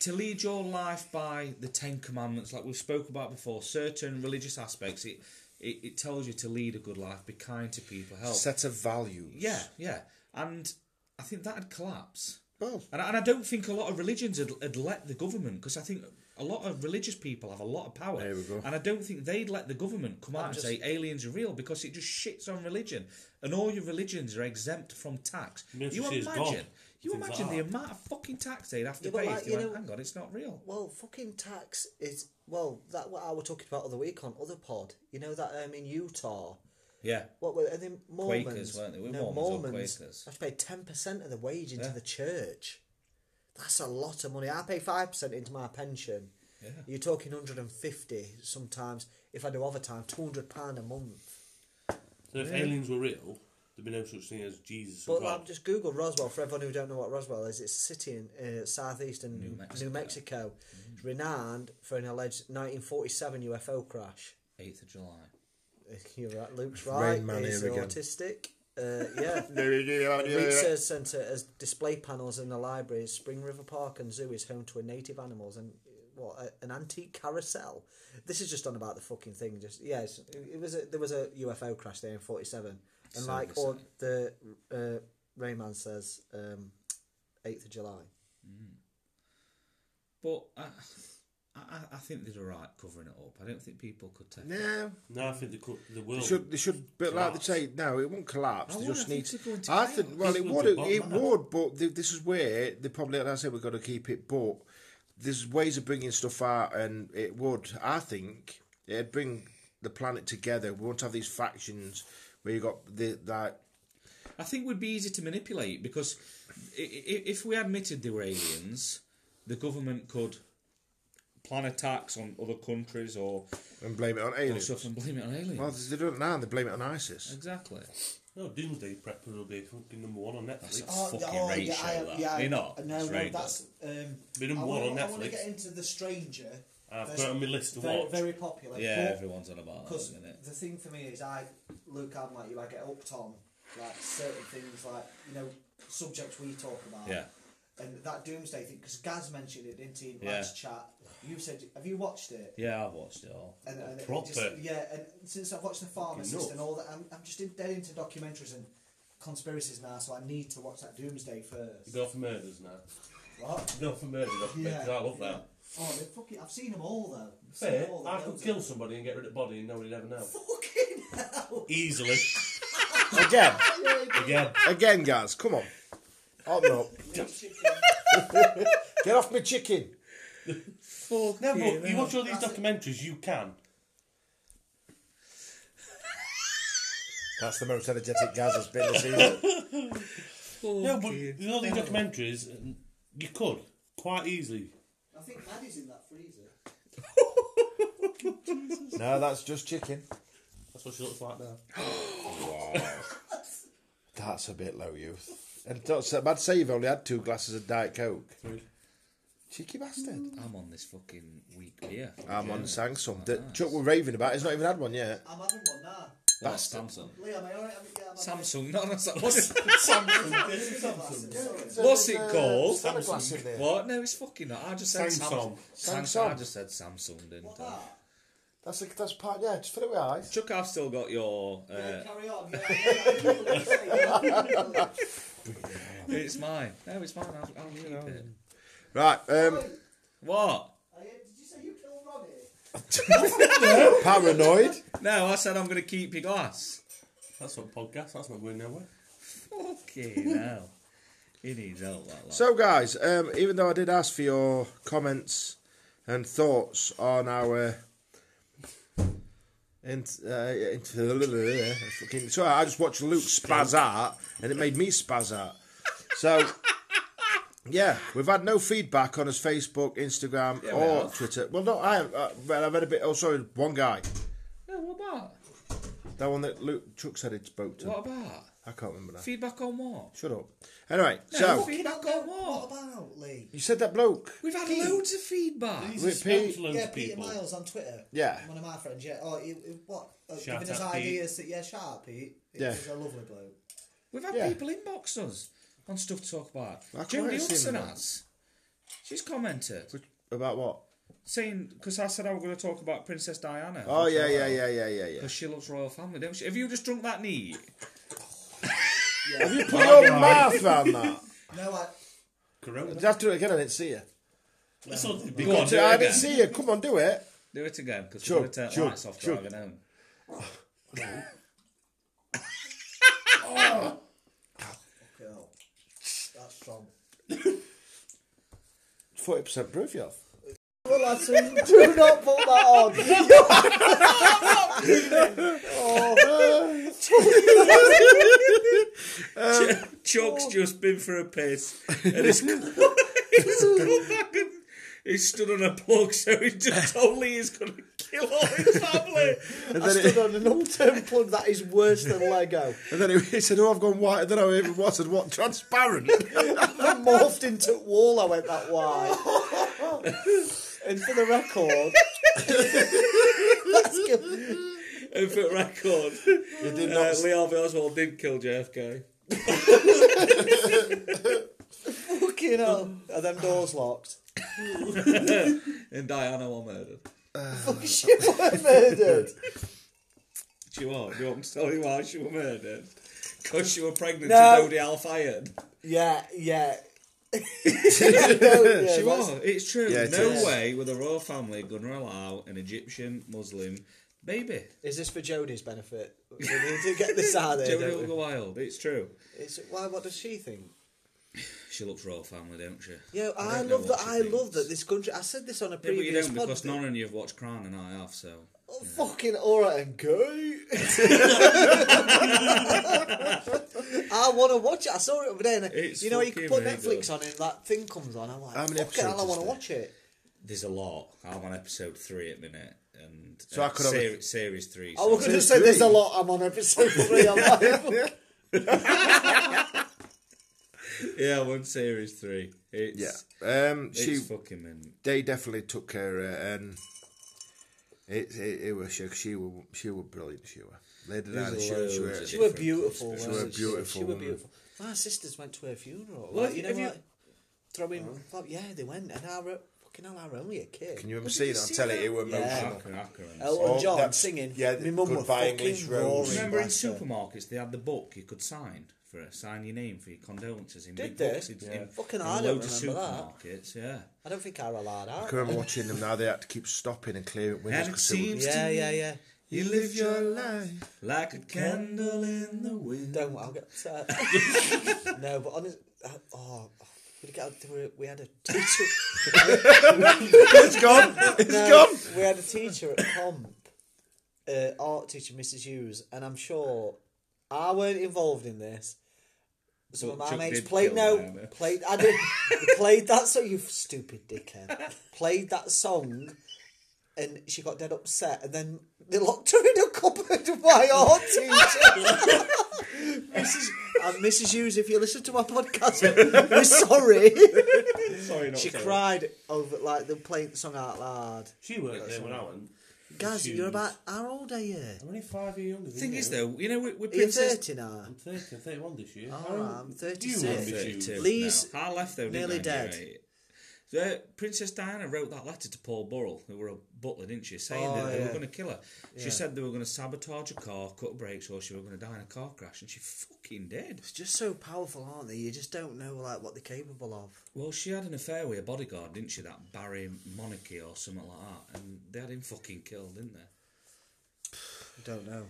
B: to lead your life by the Ten Commandments, like we've spoke about before, certain religious aspects, it, it, it tells you to lead a good life, be kind to people, help.
D: set of values.
B: yeah, yeah, and I think that'd collapse.
D: Well,
B: And I, and I don't think a lot of religions had, had let the government because I think a lot of religious people have a lot of power.
D: There we go.
B: And I don't think they'd let the government come out
A: That
B: and
A: just-
B: say aliens are real because it just shits on religion. And all your religions are exempt from tax.
C: Yes,
B: you
C: it is
B: imagine
C: God.
B: you
C: Things like
B: imagine the
C: that.
B: amount of fucking tax they'd have to
A: Yeah, but
B: pay
A: like,
B: if they
A: you
B: went,
A: know-
B: hang on, it's not real.
A: Well, fucking tax is well. That what I was talking about other week on other pod. You know that um, in Utah.
B: Yeah.
A: What were and then Mormons?
B: Quakers, weren't they? Were
A: no,
B: Mormons or
A: Mormons.
B: Quakers?
A: I have to pay ten percent of the wage into
B: Yeah.
A: the church. That's a lot of money. I pay five percent into my pension. You're talking hundred and fifty sometimes. If I do overtime, two hundred pound a month.
C: So if aliens were real, there'd be no such thing as Jesus
A: But
C: and God.
A: I've just googled Roswell for everyone who don't know what Roswell is. It's a city in uh, southeastern New Mexico.
B: Mexico. Mm.
A: It's renowned for an alleged 1947 UFO crash.
B: 8th of July.
A: [LAUGHS] You're right, Luke's right.
D: Rain Man
A: He's
D: here again.
A: autistic. Uh,
F: [LAUGHS]
A: yeah.
B: Oh,
A: The
D: Research.
A: research centre has display panels in the library. Spring River Park and Zoo is home to a native animals and uh, what a, an antique carousel. This is just on about the fucking thing. Just yeah, it's, it was a, there was a UFO crash there in '47, and like or the uh, Rayman says, um, 8th of July.
B: But I, I, I- I think they're alright covering it up. I don't think people could take it.
D: No,
C: no, I think the, co- the
D: they
C: world.
D: should they should, but
C: Collapse.
D: like they say, no, it won't collapse.
B: I
D: They
B: wonder
D: just
B: if
D: need.
B: it's going to
D: I
B: collapse.
D: think well, it
C: People
D: would,
C: would
D: it,
C: be
D: it
C: bothered.
D: would, but th- this is where they probably like I said we've got to keep it, but there's ways of bringing stuff out, and it would. I think it'd bring the planet together. We won't have these factions where you got the like
B: I think would be easy to manipulate because i- i- if we admitted they were aliens, the government could plan attacks on other countries or,
D: and blame it on
B: or
D: aliens.
B: stuff and blame it on aliens.
D: Well, they do it now. They blame it on
B: [LAUGHS]
D: ISIS.
B: exactly.
C: No, Doomsday Prepper will be fucking number one on Netflix.
B: That's- Oh, Fucking oh, rape yeah, show, I- that. yeah, They're not.
F: No,
B: It's
F: no,
B: rape.
F: that's. Um,
C: Been in
F: I
C: war
F: wanna-
C: on
F: I want
C: Netflix.
F: to get into The Stranger.
B: Ah,
C: I've
F: That's
C: got it on my list to
F: very,
C: watch.
F: Very popular.
B: Yeah,
F: but-
B: everyone's on about that,
F: Because
B: isn't it?
F: the thing for me is, I Luke, I'm like you. I get upped on like certain things, like you know, subjects we talk about.
B: Yeah.
F: And that doomsday thing, because Gaz mentioned it, didn't he? In
B: Yeah.
F: last chat, you said, "Have you watched it?"
B: Yeah, I've watched it all.
F: And, and it
C: Proper.
F: just- yeah, and since I've watched the pharmacist
C: nuts.
F: and all that, I'm, I'm just in, dead into documentaries and conspiracies now. So I need to watch that Doomsday
C: You [LAUGHS]
F: first.
C: go for murders now.
F: What?
C: You go for murder documentaries. I love that.
F: Oh, they fucking! I've seen them all though. I've seen
C: Fair.
F: them all,
C: I
F: loads
C: could
F: of
C: kill
F: them.
C: somebody and get rid of the body and nobody'd ever
F: [LAUGHS]
C: know.
F: Fucking hell!
C: Easily. [LAUGHS]
D: Again,
C: Again.
D: again, guys, come on,
B: [LAUGHS]
D: up up. Get off my chicken.
B: Fuck
C: No, but you watch all these documentaries, you can.
D: That's the most energetic Gaz has been this season.
C: No, but in all these documentaries, um, you could quite easily.
F: I think Maddie's in that freezer.
D: No, that's just chicken.
C: That's what she looks like now.
D: That's a bit low, youth. And don't say, I'd say you've only had two glasses of Diet Coke. Cheeky bastard.
B: I'm on this fucking weak beer.
D: I'm on Samsung. That Chuck we're raving about, he's not even had one yet.
F: I'm having one now.
B: That's Samsung.
F: Lee, am I alright? I'm- Yeah, I'm
B: Samsung, not on
D: [LAUGHS]
B: Samsung.
F: Samsung.
B: What's it called?
D: Samsung. a glass in uh, there.
B: What? No, it's fucking not. I just said Samsung.
C: Samsung.
D: Samsung.
B: I just said Samsung, didn't
F: What
B: I?
F: that?
D: That's, a, that's part, yeah, just fill it with ice.
B: Chuck, I've still got your.
F: Yeah,
B: Uh,
F: carry on. Yeah, I know, I know what you're saying. Yeah, I
B: it's mine. No, it's mine. I'll, I'll keep it.
D: Right,
F: know.
D: um,
F: Wait,
B: What?
F: I- Did you say you killed Ronnie?
D: paranoid.
B: No, I said I'm going to keep your glass.
C: That's not a podcast, that's not going nowhere.
B: Fucking [LAUGHS] hell. He needs help, that lot.
D: So, guys, um, even though I did ask for your comments and thoughts on our. And uh, into- fucking [LAUGHS] sorry, I just watched Luke spaz out, and it made me spaz out.
B: [LAUGHS]
D: So, yeah, we've had no feedback on his Facebook, Instagram,
B: Yeah, we
D: or
B: have.
D: Twitter. Well, no, I, uh, well, I've had a bit. Oh, sorry, one guy,
B: no, what about?
D: that one that Luke Chuck said he spoke to.
B: What about?
D: I can't remember that.
B: Feedback on what?
D: Shut up. Anyway,
B: No,
D: so
B: feedback
F: No,
B: on what?
F: about Lee?
D: you said that bloke.
B: We've had loads of feedback.
C: These are
D: Wait, Pete-
C: spent loads
F: Yeah,
C: of
F: Peter
C: people.
F: Miles on Twitter.
D: Yeah.
F: One of my friends, yeah. Oh, he, he- what? Uh,
C: Shout
F: giving us
C: out, Pete.
F: ideas that, yeah, shout out, Pete. He-
D: Yeah.
F: He's a lovely bloke.
B: We've had
D: Yeah.
B: people inbox us on stuff to talk about.
D: Like,
B: Jodie
D: I haven't seen
B: Hudson
D: them.
B: has. She's commented
D: Which- About what?
B: saying because I said I was going to talk about Princess Diana.
D: Oh yeah, yeah, yeah, yeah, yeah, yeah.
B: Because she loves royal family, don't she? Have you just drunk that neat?
D: Have you [LAUGHS] put your mouth around that?
F: No, I.
C: Corona.
D: You have to do it again. I didn't see you.
B: That's all.
D: You got to-
B: do,
D: I
B: it
D: didn't
B: again.
D: see you. Come on, do it.
B: do it again because
D: Chug,
B: we're going to turn
D: chug,
B: the lights off
D: chug.
B: driving home.
D: [LAUGHS]
B: [LAUGHS]
F: Girl. That's strong.
D: Forty percent proof, you have.
F: Well,
A: [LAUGHS]
F: lads, do not put that on.
B: Chuck's just been for a piss and he's, he's come back and he's stood on a plug, so he's
A: [LAUGHS]
B: just only he's going to kill all his family.
A: I stood on an upturned plug that is worse than Lego.
D: And then he, he said, "Oh, I've gone white." And then I even what and what [LAUGHS] transparent.
A: I morphed into a wall. I went that wide. [LAUGHS] and for the record, that's good.
B: And for record,
D: did
B: uh, Lee Harvey Oswald did kill JFK.
A: [LAUGHS] fucking hell. Are them doors locked?
B: And Diana were murdered.
A: [LAUGHS] she were murdered.
B: Do you want? Do you want me to tell you why she was murdered? Because she were pregnant
A: No.
B: to Dodie Alfired.
A: Yeah, [LAUGHS] yeah.
B: she was. It's true.
D: Yeah, it
B: no
D: is.
B: way were the royal family going to allow an Egyptian Muslim baby.
A: Is this for Jodie's benefit? We need to get this out there.
B: Jodie
A: don't
B: will
A: we?
B: go wild. It's true.
A: It's, why? What does she think?
B: She looks royal family, don't she?
A: Yeah, I,
B: don't know
A: love
B: what
A: that.
B: she
A: I love
B: thinks.
A: that this country. I said this on a
B: Yeah, but you
A: previous
B: don't
A: pod.
B: because none of you have watched Crown and I have, so.
A: Oh, Fucking alright and go. I want to watch it. I saw it over there. And
B: It's
A: you know, you can
B: fucking
A: put Netflix
B: amazing.
A: on and that thing comes on. I'm like,
D: How many
A: fucking hell,
D: episodes
A: I want
D: is
A: to
D: there?
A: watch it.
B: There's a lot. I'm on episode three at the minute. And,
D: So I could have a-
B: series, series three.
A: I was
D: [LAUGHS]
A: going to
D: Episode
A: say there's a
D: three?
A: lot. I'm on episode three.
D: [LAUGHS]
A: I'm like,
B: Yeah, I'm on series three. It's,
D: yeah. Um.
B: It's
D: She.
B: fucking mint.
D: They definitely took her, uh, and it, it it was she. She were she were brilliant. She were. Lady Diana. She, she were.
B: loads
A: she
B: of
A: were
B: different
A: beautiful.
B: conspiracies.
A: wasn't
D: She were beautiful
A: She were
D: woman.
A: beautiful. My sisters went to her funeral.
B: Well,
A: like, you know
B: have you-
A: what? Throwing, like, yeah, they went, and I wrote, fucking hell, I were only a kid.
D: Can you ever
B: Well,
D: see
B: did you
D: that? I
B: see
D: tell you,
B: that?
D: it were
A: Yeah.
D: emotional.
B: Fucking Akron.
A: Elton
D: Oh,
A: John
D: that's-
A: singing.
D: yeah,
A: my mum was
D: Goodbye
A: fucking
D: English Rose.
A: roaring.
B: Remember in
A: bastard.
B: supermarkets they had the book you could sign for it, sign your name for your condolences in
A: Did
B: big
A: they?
B: books. in- in-
A: Fucking
B: in
A: I don't
B: loads of
A: remember
B: supermarkets, yeah.
A: I don't think I allowed
D: I
A: that.
D: can remember watching them now. They had to keep stopping and clearing windows
B: And it
D: 'cause they were-
B: seems
A: Yeah,
B: to me
A: yeah, yeah.
B: you live your life like a candle in the wind.
A: Don't. I'll get upset. no, but honest. I- Oh, we got. there were- We had a teacher.
D: It's [LAUGHS] gone. It's
A: no,
D: gone.
A: We had a teacher at comp, uh, art teacher Mrs Hughes, and I'm sure I weren't involved in this. Some of
B: Well,
A: my
B: Chuck
A: mates
B: did
A: played
B: kill
A: no
B: them, yeah.
A: played. I did played that song. You stupid dickhead. Played that song. And she got dead upset, and then they locked her in a cupboard. My art teacher,
B: [LAUGHS]
A: Mrs. And Mrs. Hughes, if you listen to my podcast, we're sorry.
B: Sorry, not
A: She
B: sorry.
A: cried over like the playing the song out loud.
C: She worked there when I went.
A: Guys,
C: She
A: you're
C: was-
A: about how old are you?
C: I'm only five years younger.
B: The
C: than
B: thing
C: you.
B: is, though, you know, with, with
A: Are you
B: Princess.
A: thirty now?
C: I'm 30, I'm 31 this year.
A: Oh,
C: How old-
A: I'm
C: you
A: 36.
C: were
B: I'm 32
C: 32.
A: Lee's
B: now. I left though,
A: nearly
B: didn't I, in
A: dead.
B: year eight? The Princess Diana wrote that letter to Paul Burrell, who were a butler, didn't she? Saying
A: Oh,
B: that they
A: yeah.
B: were going to kill her. She said they were going to sabotage a car, cut brakes, or she were going to die in a car crash, and she fucking did.
A: It's just so powerful, aren't they? You just don't know like what they're capable of.
B: Well, she had an affair with a bodyguard, didn't she? That Barry Monarchy or something like that, and they had him fucking killed, didn't they?
A: I don't know.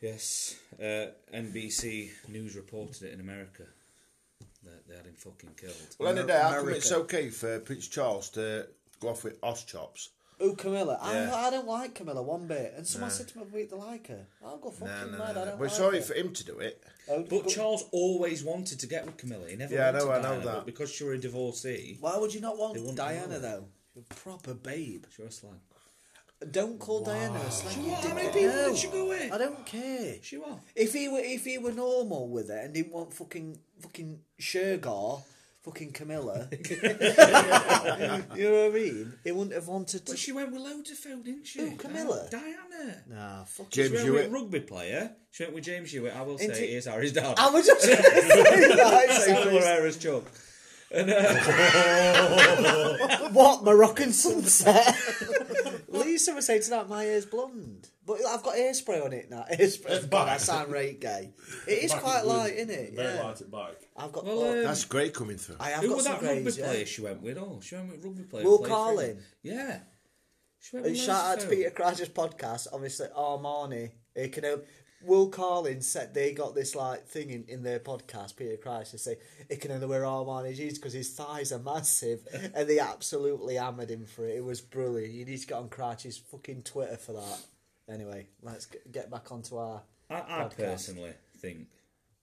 B: Yes. Uh, NBC News reported it in America that they had him fucking killed.
D: Well, any day, how come
A: America.
D: it's okay for Prince Charles to go off with os chops?
A: Oh, Camilla!
D: Yeah.
A: I, I don't like Camilla one bit. And someone said to me, "Wait, they like her." I'll go fucking mad.
D: No, no, no,
A: I
D: no.
A: don't
D: uh, We're
A: like
D: sorry
A: her.
D: for him to do it.
A: Oh,
B: But
A: but-
B: Charles always wanted to get with Camilla. He never
D: Yeah, I
B: wanted
D: know, I know
B: Diana,
D: that.
B: but because she were a divorcee,
A: why would you not
B: They
A: want
B: wouldn't
A: Diana
B: know.
A: though? The proper babe.
B: she was like,
A: Don't call Diana a slag. you
B: how many
A: dickhead.
B: Oh, people
A: No.
B: did she go with?
A: I don't care.
B: She was.
A: If he were if he were normal with it and didn't want fucking fucking Shergar, fucking [LAUGHS] Camilla, you know what I mean? He wouldn't have wanted
B: But
A: to.
B: she went with Lodafoe, didn't she?
A: Who, Camilla?
B: Diana.
A: Nah, fuck.
D: James
B: she went
D: Hewitt.
B: with a rugby player. She went with James Hewitt. I will
A: Isn't
B: say
A: he-
B: he is Harry's dad.
A: I was just saying [LAUGHS] that.
B: Herrera's joke.
A: [LAUGHS] What Moroccan sunset? Lisa was saying tonight, my hair's blonde. But I've got hairspray on it now. [LAUGHS] Hairspray. God, I sound right gay. It is
C: Back
A: quite
C: at wood.
A: light, isn't it?
C: Very
A: Yeah.
C: light at back.
A: I've got.
B: Well,
A: oh,
B: uh,
D: That's great coming through.
A: I have
B: Who
A: got
B: was
A: some
B: that rugby
A: greys, yeah.
B: player she went with? Oh, she went with rugby player.
A: Will
B: played for
A: Carlin?
B: England. Yeah. She went
A: And
B: with
A: shout out
B: loads
A: to
B: of
A: Peter
B: folk.
A: Crouch's podcast. Obviously, Armani. It can only, Will Carlin said they got this like thing in, in their podcast. Peter Crouch to say it can only wear Armani jeans because his thighs are massive, and they absolutely hammered him for it. It was brilliant. You need to get on Crouch's fucking Twitter for that. Anyway, let's g- get back onto our
B: I, I
A: podcast.
B: personally think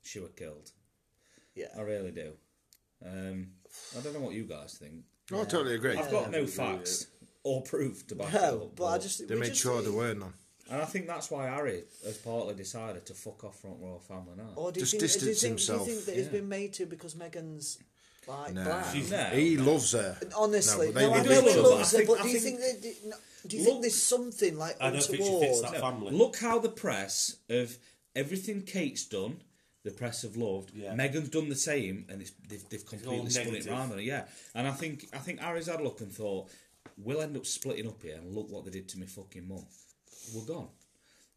B: she were killed.
A: yeah.
B: I really do. Um, I don't know what you guys think.
D: Oh, I totally agree.
B: I've got no facts or proof to back it
A: No,
B: up.
A: but I just
D: They
A: we
D: made
A: just
D: sure
A: need-
D: there were none.
B: and I think that's why Harry has partly decided to fuck off Front Royal Family now.
A: Or Oh, do you
D: Just
A: think, do you
D: distance
A: think,
D: himself.
A: Do you think that he's
B: Yeah.
A: been made to because Megan's like
D: No.
A: black?
B: She's- No.
D: He loves her.
A: Honestly,
D: No, but they
A: no, I
D: do
A: know
B: love
A: he
B: her, but
A: loves
B: I
A: her,
B: think-
A: but
B: I
A: do you think
B: think-
A: that? do- no, Do you think
C: Look-
A: there's something like
C: I don't think she
A: untoward?
C: fits that family.
B: Look how the press of everything Kate's done, the press have loved.
C: Yeah.
B: Megan's done the same, and it's, they've, they've completely spun it
C: negative.
B: round. on her, Yeah, and I think I think Harry's had a look and thought, we'll end up splitting up here, and look what they did to me fucking mum. We're gone.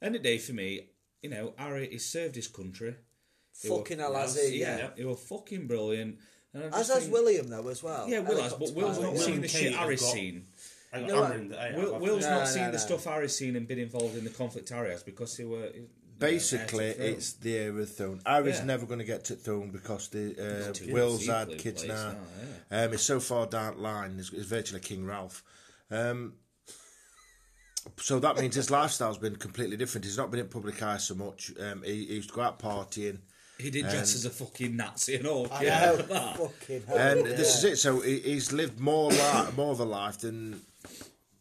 B: End of day for me, you know, Harry has served his country. He were-
A: Fucking hell, has he? Yeah.
B: yeah, he were fucking brilliant. And I
A: As
B: just
A: has
B: think-
A: William though as well.
B: Yeah, Will has, but
A: Helicopter
B: Will's
A: pilot.
B: not
C: Will
B: seen
C: and
B: the
C: Kate
B: shit
C: have
B: Harry's
C: got-
B: seen.
C: I
A: No,
C: got
A: I-
C: hammered in the head.
B: Will,
C: I've-
B: Will's
A: No,
B: not
A: no,
B: seen the
A: no.
B: stuff Harry's seen and been involved in the conflict Harry has because they were you know,
D: Basically,
B: air to
D: it's the era of Thone. Harry's
B: Yeah.
D: never going to get to Thone because the
B: He's
D: uh,
B: too
D: Will's
B: deeply
D: had kids
B: placed
D: now.
B: now,
D: um, it's so far down the line. It's, it's virtually King Ralph. Um, so that means his lifestyle's been completely different. He's not been in public eye so much. Um, he, he used to go out partying.
B: He did dress as a fucking Nazi and all.
A: um, I
B: Yeah, [LAUGHS]
A: know,
B: that.
A: fucking hell.
D: And uh,
A: yeah.
D: this is it. So he, he's lived more li- more of a life than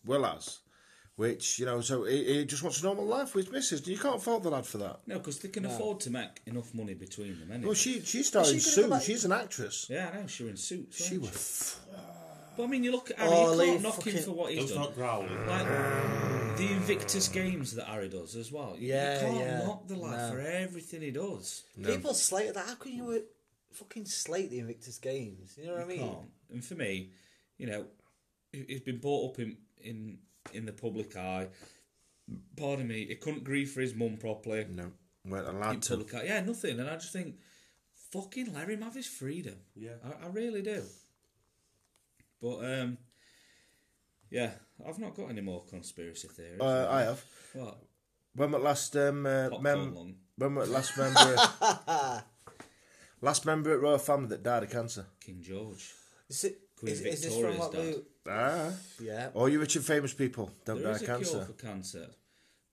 D: Will has, which you know. So he, he just wants a normal life with his missus. You can't fault the lad for that.
B: No, because they can afford to make enough money between them. Anyway.
D: Well, she she's starring
A: gonna go
D: soon.
A: back-
D: She's an actress.
B: Yeah, I know. She were in suits.
D: She
B: weren't
D: was.
B: But I mean, you look at Harry.
A: Oh,
B: you can't
A: leave
B: knock
A: fucking-
B: him for what he's
C: Don't
B: done.
C: start growling.
B: Like the Invictus Games that Harry does as well. You-
A: Yeah,
B: you can't
A: yeah.
B: knock the lad
A: No.
B: for everything he does.
A: People slate that. How can you uh, fucking slate the Invictus Games? You know what I mean?
B: can't. And for me, you know, he- he's been brought up in in in the public eye. Pardon me, he couldn't grieve for his mum properly.
D: No, weren't
B: in
D: allowed to.
B: public eye. Yeah, nothing. And I just think, fucking let him have his freedom.
C: Yeah.
B: I, I really do. But um, yeah, I've not got any more conspiracy theories.
D: Uh, I have.
B: what?
D: When was last um uh,
B: Popcorn
D: mem-
B: lung,
D: when was last member
B: [LAUGHS]
D: last member at Royal Family that died of cancer?
B: King George.
A: Is, it,
B: Queen
A: is, is this from
B: Victoria's
A: what
B: dad.
A: Lou?
D: Ah,
A: Yeah.
D: all you rich and famous people don't
B: There is
D: die of
B: a cure
D: cancer.
B: for cancer.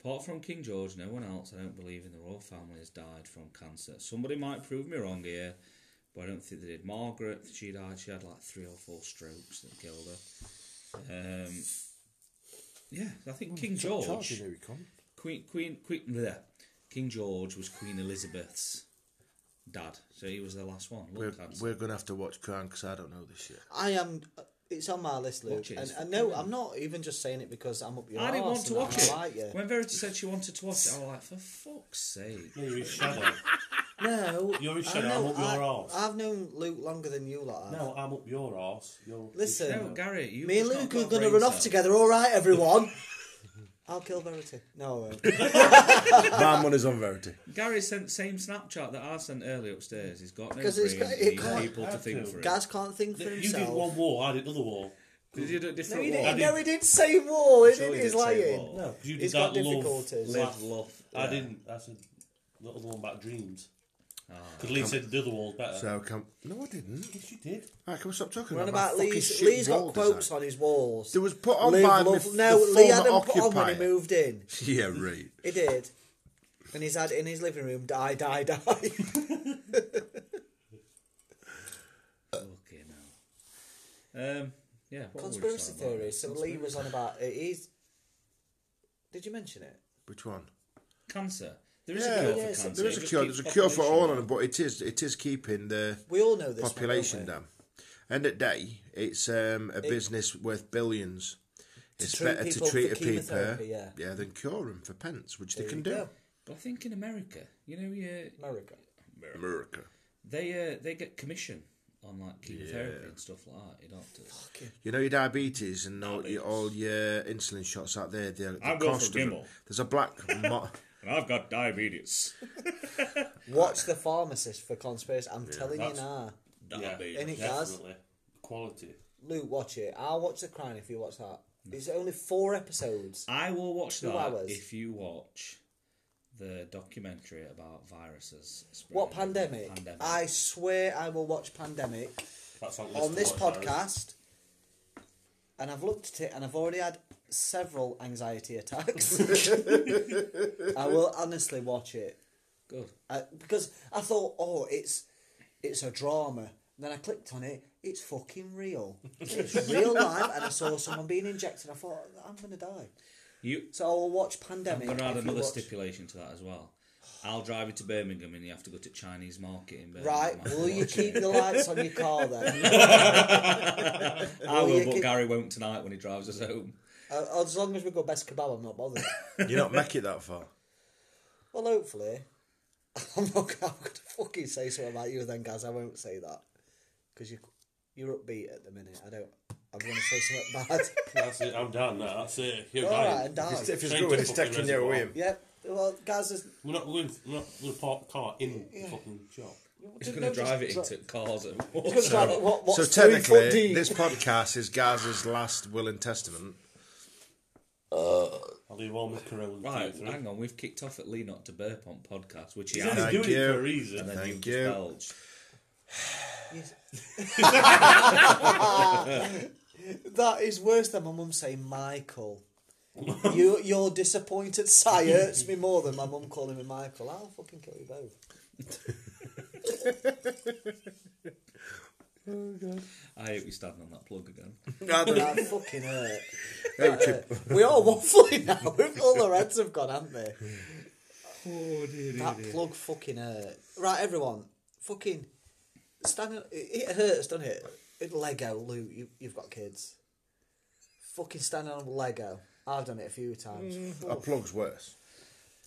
B: Apart from King George, no one else, I don't believe in the royal family, has died from cancer. Somebody might prove me wrong here, but I don't think they did. Margaret, she died, she had like three or four strokes that killed her. Um, yeah, I
D: Hmm,
B: think King George, Queen, Queen, Queen, bleh. King George was Queen Elizabeth's dad, so he was the last one.
D: We're,
B: Lung cancer.
D: we're gonna have to watch Crown because I don't know
A: [LAUGHS]
D: this year.
A: I am. uh, It's on my list, Luke.
B: Watch it,
A: And,
B: it's
A: and no, I'm not even just saying it because I'm up your
B: I didn't
A: arse
B: want to
A: and
B: watch
A: I
B: it.
A: Like you.
B: When Verity said she wanted to watch it, I was like, for fuck's sake.
C: No, you're
A: [LAUGHS]
C: his shadow.
A: No,
C: You're his
A: I
C: shadow,
A: know-
C: I'm up your
A: I-
C: arse.
A: I've known Luke longer than you lot. have.
C: no, I'm up your arse. You're his
A: Listen,
B: No,
C: shadow.
B: Gary, you
A: Me and
B: just
A: Luke
B: not
A: are
B: got
A: going to
B: brains
A: run off
B: out.
A: together. All right, everyone. I'll kill Verity. No, uh, I
B: [LAUGHS]
A: won't.
D: My money's on Verity.
B: Gary sent the same Snapchat that I sent earlier upstairs. He's got no brains.
A: 'Cause it's got- it
B: he needs
A: can't-
B: people to
C: have
B: think
C: to.
B: for him.
A: Gaz can't think for
C: You did
A: himself.
C: one wall, I did another wall.
B: Did you do it
A: No,
B: different?
A: he,
B: wall?
A: didn't, no, he didn't say war.
B: Surely
A: He didn't.
B: he didn't
A: He's
B: say
A: lying.
B: war.
C: No, 'cause you did
A: He's
C: that
A: got
C: love,
A: difficulties.
B: Live,
C: laugh.
B: love.
C: I
B: yeah.
C: didn't. That's a little one about dreams. Because Lee said the other wall's better.
D: So come. No, I didn't.
C: yes, you did.
D: Right, can we stop talking
A: Run
D: about,
A: about
D: my fucking
A: Lee's.
D: shit
A: Lee's got
D: wall
A: quotes
D: design?
A: on his walls.
D: It was put on
A: Live,
D: by
A: love-
D: the,
A: no,
D: the
A: Lee
D: former
A: had them put on when he
D: occupier.
A: moved in.
D: [LAUGHS] Yeah, right.
A: He did. And he's had in his living room, die, die,
D: [LAUGHS]
A: die.
B: Fucking hell. Um, yeah. what were we
A: Conspiracy
B: talking about?
A: theories. So Lee was on about it is. Did you mention it?
D: Which one?
B: Cancer. There is
D: Yeah,
B: a cure
A: yeah,
B: for
A: so
B: cancer.
D: There is
B: It
D: a
B: just
D: cure.
B: keeps
D: There's a cure for all of
B: population
D: them, but it is it is keeping the
A: We all know this. one, don't
D: population
A: we?
D: down. End of day, it's um, a business worth billions. It's
A: treat
D: better to
A: people
D: treat
A: for
D: a people,
A: chemotherapy, yeah.
D: than cure them for pence, which they
A: There
D: can
A: you
D: do.
A: go.
B: But I think in America, you know, yeah,
A: America.
D: America.
B: they uh, they get commission on like chemotherapy and stuff like that. Your doctors.
D: You know your diabetes and all your, all your insulin shots out there. The, the
G: I'll go
D: cost
G: for
D: of them.
G: Gimel.
D: There's a black. [LAUGHS] Mo-
G: And I've got diabetes.
A: Watch the pharmacist for conspiracy. I'm telling you
C: that's-
A: now.
G: Diabetes.
A: And it does.
C: definitely. Quality.
A: Luke, watch it. I'll watch The Crown if you watch that. It's only four episodes.
B: I will watch
A: Two
B: that
A: hours.
B: if you watch the documentary about viruses. spreading
A: What
B: the
A: pandemic?
B: Pandemic.
A: I swear I will watch Pandemic
C: That's like
A: on this
C: watch, Harry.
A: podcast. And I've looked at it and I've already had several
B: [LAUGHS]
A: anxiety attacks. I will honestly watch it.
B: Good.
A: I, because I thought, oh, it's it's a drama. And then I clicked on it. It's fucking real.
B: [LAUGHS]
A: It's real life, and I saw someone being injected. I thought, I'm gonna die.
B: You.
A: So I will watch
B: I'm
A: Pandemic.
B: going to add
A: if you
B: another
A: watch-
B: stipulation to that as well. I'll drive you to Birmingham and you have to go to Chinese market in Birmingham.
D: [LAUGHS]
A: Right?
B: I'll [LAUGHS]
A: Will you
B: watch
A: keep
B: it.
A: the lights on your car then?
B: I
A: will
B: will,
A: you
B: but
A: keep-
B: Gary won't tonight when he drives us home.
A: Uh, as long as we go best kebab, I'm not bothered.
D: You're not make it that far.
A: Well, hopefully, [LAUGHS] I'm not. I'm gonna fucking say something about you then, Gaz. I won't say that because you you're upbeat at the minute. I don't. I'm gonna say something [LAUGHS] bad.
C: That's it. I'm done now. That's it. You're
A: All right,
C: dying.
A: and die.
D: If it's
C: Change
D: going,
C: the
D: it's
C: fucking
D: taking you away.
C: reservoir.
A: Yep. Well, Gaz is
C: We're not going. We're not going to park the car in the fucking shop.
B: He's going to drive it into cars and
A: [LAUGHS] Because like, what, what's
D: So
A: three foot
D: technically,
A: deep?
D: this podcast is Gaza's last will and [LAUGHS] testament.
C: I'll leave all my Corona.
B: Right,
C: teeth in.
B: hang on. We've kicked off at Lee not to burp on podcast, which he
C: He's
B: has.
C: only
D: Thank
C: doing
D: you.
C: it for a
B: And
C: reason.
B: then
D: Thank
B: you've
D: you.
B: just belged.
A: [LAUGHS] That is worse than my mum saying Michael. you, your disappointed sigh hurts me more than my mum calling me Michael. I'll fucking kill you both.
B: I hope you're standing on that plug again.
A: That fucking hurt.
D: Hey,
A: That
D: Chip.
A: hurt. We are waffling now. [LAUGHS] We've- All the heads have gone, haven't they?
B: Oh, dear,
A: That plug fucking hurt. Right, everyone, fucking stand. up- It it hurts, doesn't it? It- Lego, Lou, you, you've got kids. Fucking standing on Lego. I've done it a few times.
D: Our plug's worse.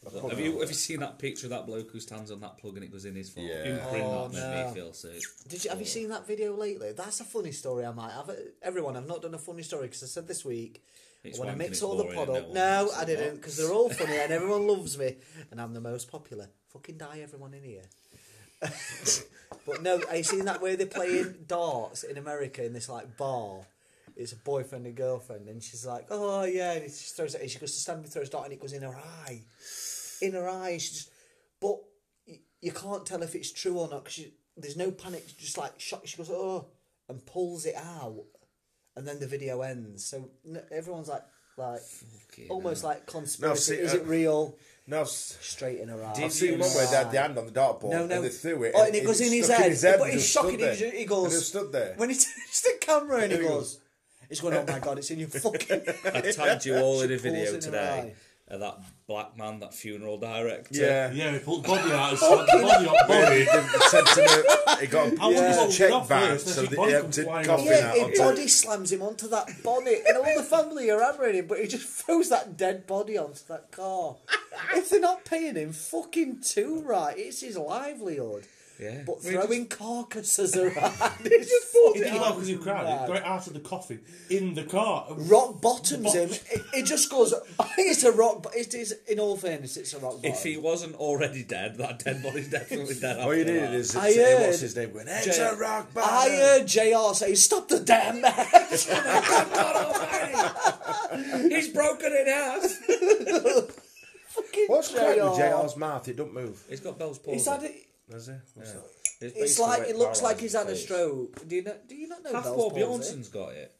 B: Have you have you seen that picture of that bloke who stands on that plug and it goes in his phone?
D: Yeah.
B: Oh, that made
A: no.
B: me feel [LAUGHS] sick.
A: Did you have you seen that video lately? That's a funny story. I might have everyone. I've not done a funny story because I said this week
B: It's
A: I want
B: wanking,
A: to mix
B: it's
A: all the
B: boring,
A: pod
B: and
A: up.
B: no one
A: No,
B: wants
A: I
B: it.
A: didn't because they're all funny
B: [LAUGHS]
A: and everyone loves me and I'm the most popular. Fucking die, everyone in here. [LAUGHS] but no, I seen that where they're
B: [LAUGHS]
A: playing darts in America in this like bar. It's a boyfriend and girlfriend, and she's like, "Oh yeah," and she throws it. And she goes to stand and throws a dart, and it goes in her eye, in her eye. and She just, but y- you can't tell if it's true or not because there's no panic. She's Just like shock, she goes, "Oh," and pulls it out, and then the video ends. So n- everyone's like, like
B: Fucking
A: almost like
D: No, I've
A: conspiracy.
D: seen-
A: Is
D: uh,
A: it real?
D: No, I've
A: Straight in her eye.
D: I've seen one where they had the hand on the dartboard
A: No, no.
D: and they threw it.
A: Oh, and it goes in
D: stuck
A: his head.
D: head
A: but
D: and
A: he's
D: just
A: shocking.
D: stood
A: He,
D: there.
A: ju- he goes.
D: And just stood there.
A: When he [LAUGHS] turns the camera and he
D: He goes-
A: goes, "It's going. Oh my god! It's in your fucking."
B: I tagged you all in a
A: She pulls in
B: video
A: her
B: today
A: eye.
B: of that black man, that funeral director.
D: yeah.
C: Yeah, we pulled the body
A: [LAUGHS]
C: out and slapped the body on
D: But
C: body.
D: he didn't- sent him a- he got a
C: wouldn't have
D: check
C: knocked it off
D: back,
C: first,
D: so
C: unless your
D: that he
C: body comes
D: emptied
C: flying
D: coffee
C: off.
A: Yeah,
D: out
A: it
D: onto
A: body slams him onto that bonnet, and all the family are hammering him, but he just throws that dead body onto that car. if they're not paying him fucking two right, it's his livelihood.
B: Yeah.
A: But
B: We just-
A: throwing carcasses around
B: [LAUGHS]
A: is fucking
C: He did that because he cried. He
A: mad.
C: got it out of the coffin in the car.
A: Rock bottoms
C: Bot-
A: him. It, it just goes. [LAUGHS] It's a rock. But it is. In all fairness, it's a rock. Bottom.
B: If he wasn't already dead, that dead body's definitely dead.
D: All
B: after
D: you needed
B: that.
D: is
A: I
D: it's, it,
A: heard-
D: what's his name going, it's
A: Jay-
D: a rock band.
A: I heard JR say, "Stop the damn [LAUGHS] match."
B: [LAUGHS] he's broken in half.
D: What's
A: JR.
D: cracking with JR's mouth? It don't move.
B: He's got Bell's palsy.
A: He's had. A,
D: Does it? What's that?
B: It's
A: It's
B: basically
A: like
B: wet
A: it looks like
B: paralysed
A: he's had a
B: face.
A: stroke. Do you not? Do you not know? Bell's
B: Hathor
A: palsy?
B: Bjornson's got it.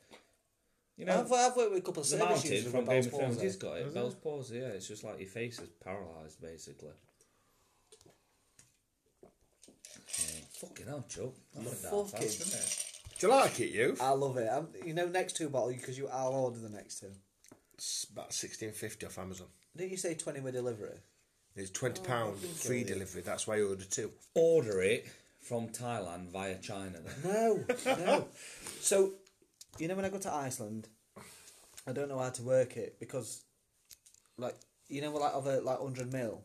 B: You know,
A: I've, I've worked with a couple of
B: the
A: service
B: mountain
A: users
B: from
A: with
B: Game
A: Bell's
B: of Thrones. He's
A: palsy.
B: got it. Bell's palsy. Yeah, it's just like your face is paralysed, basically. Yeah. Fucking hell, Chuck. That went down
A: Fucking-
B: fast, didn't it?
D: Do you like it, you?
A: I love it. i you know, next two bottle because you. I'll order the next two.
D: It's about sixteen fifty off Amazon.
A: Didn't you say twenty with delivery?
D: It's twenty pound free delivery. That's why you order two.
B: Order it from Thailand via China.
A: [LAUGHS]
B: Then.
A: No, no. So, you know, when I go to Iceland, I don't know how to work it because, like, you know, we're like over like
D: Hmm.
A: hundred mil.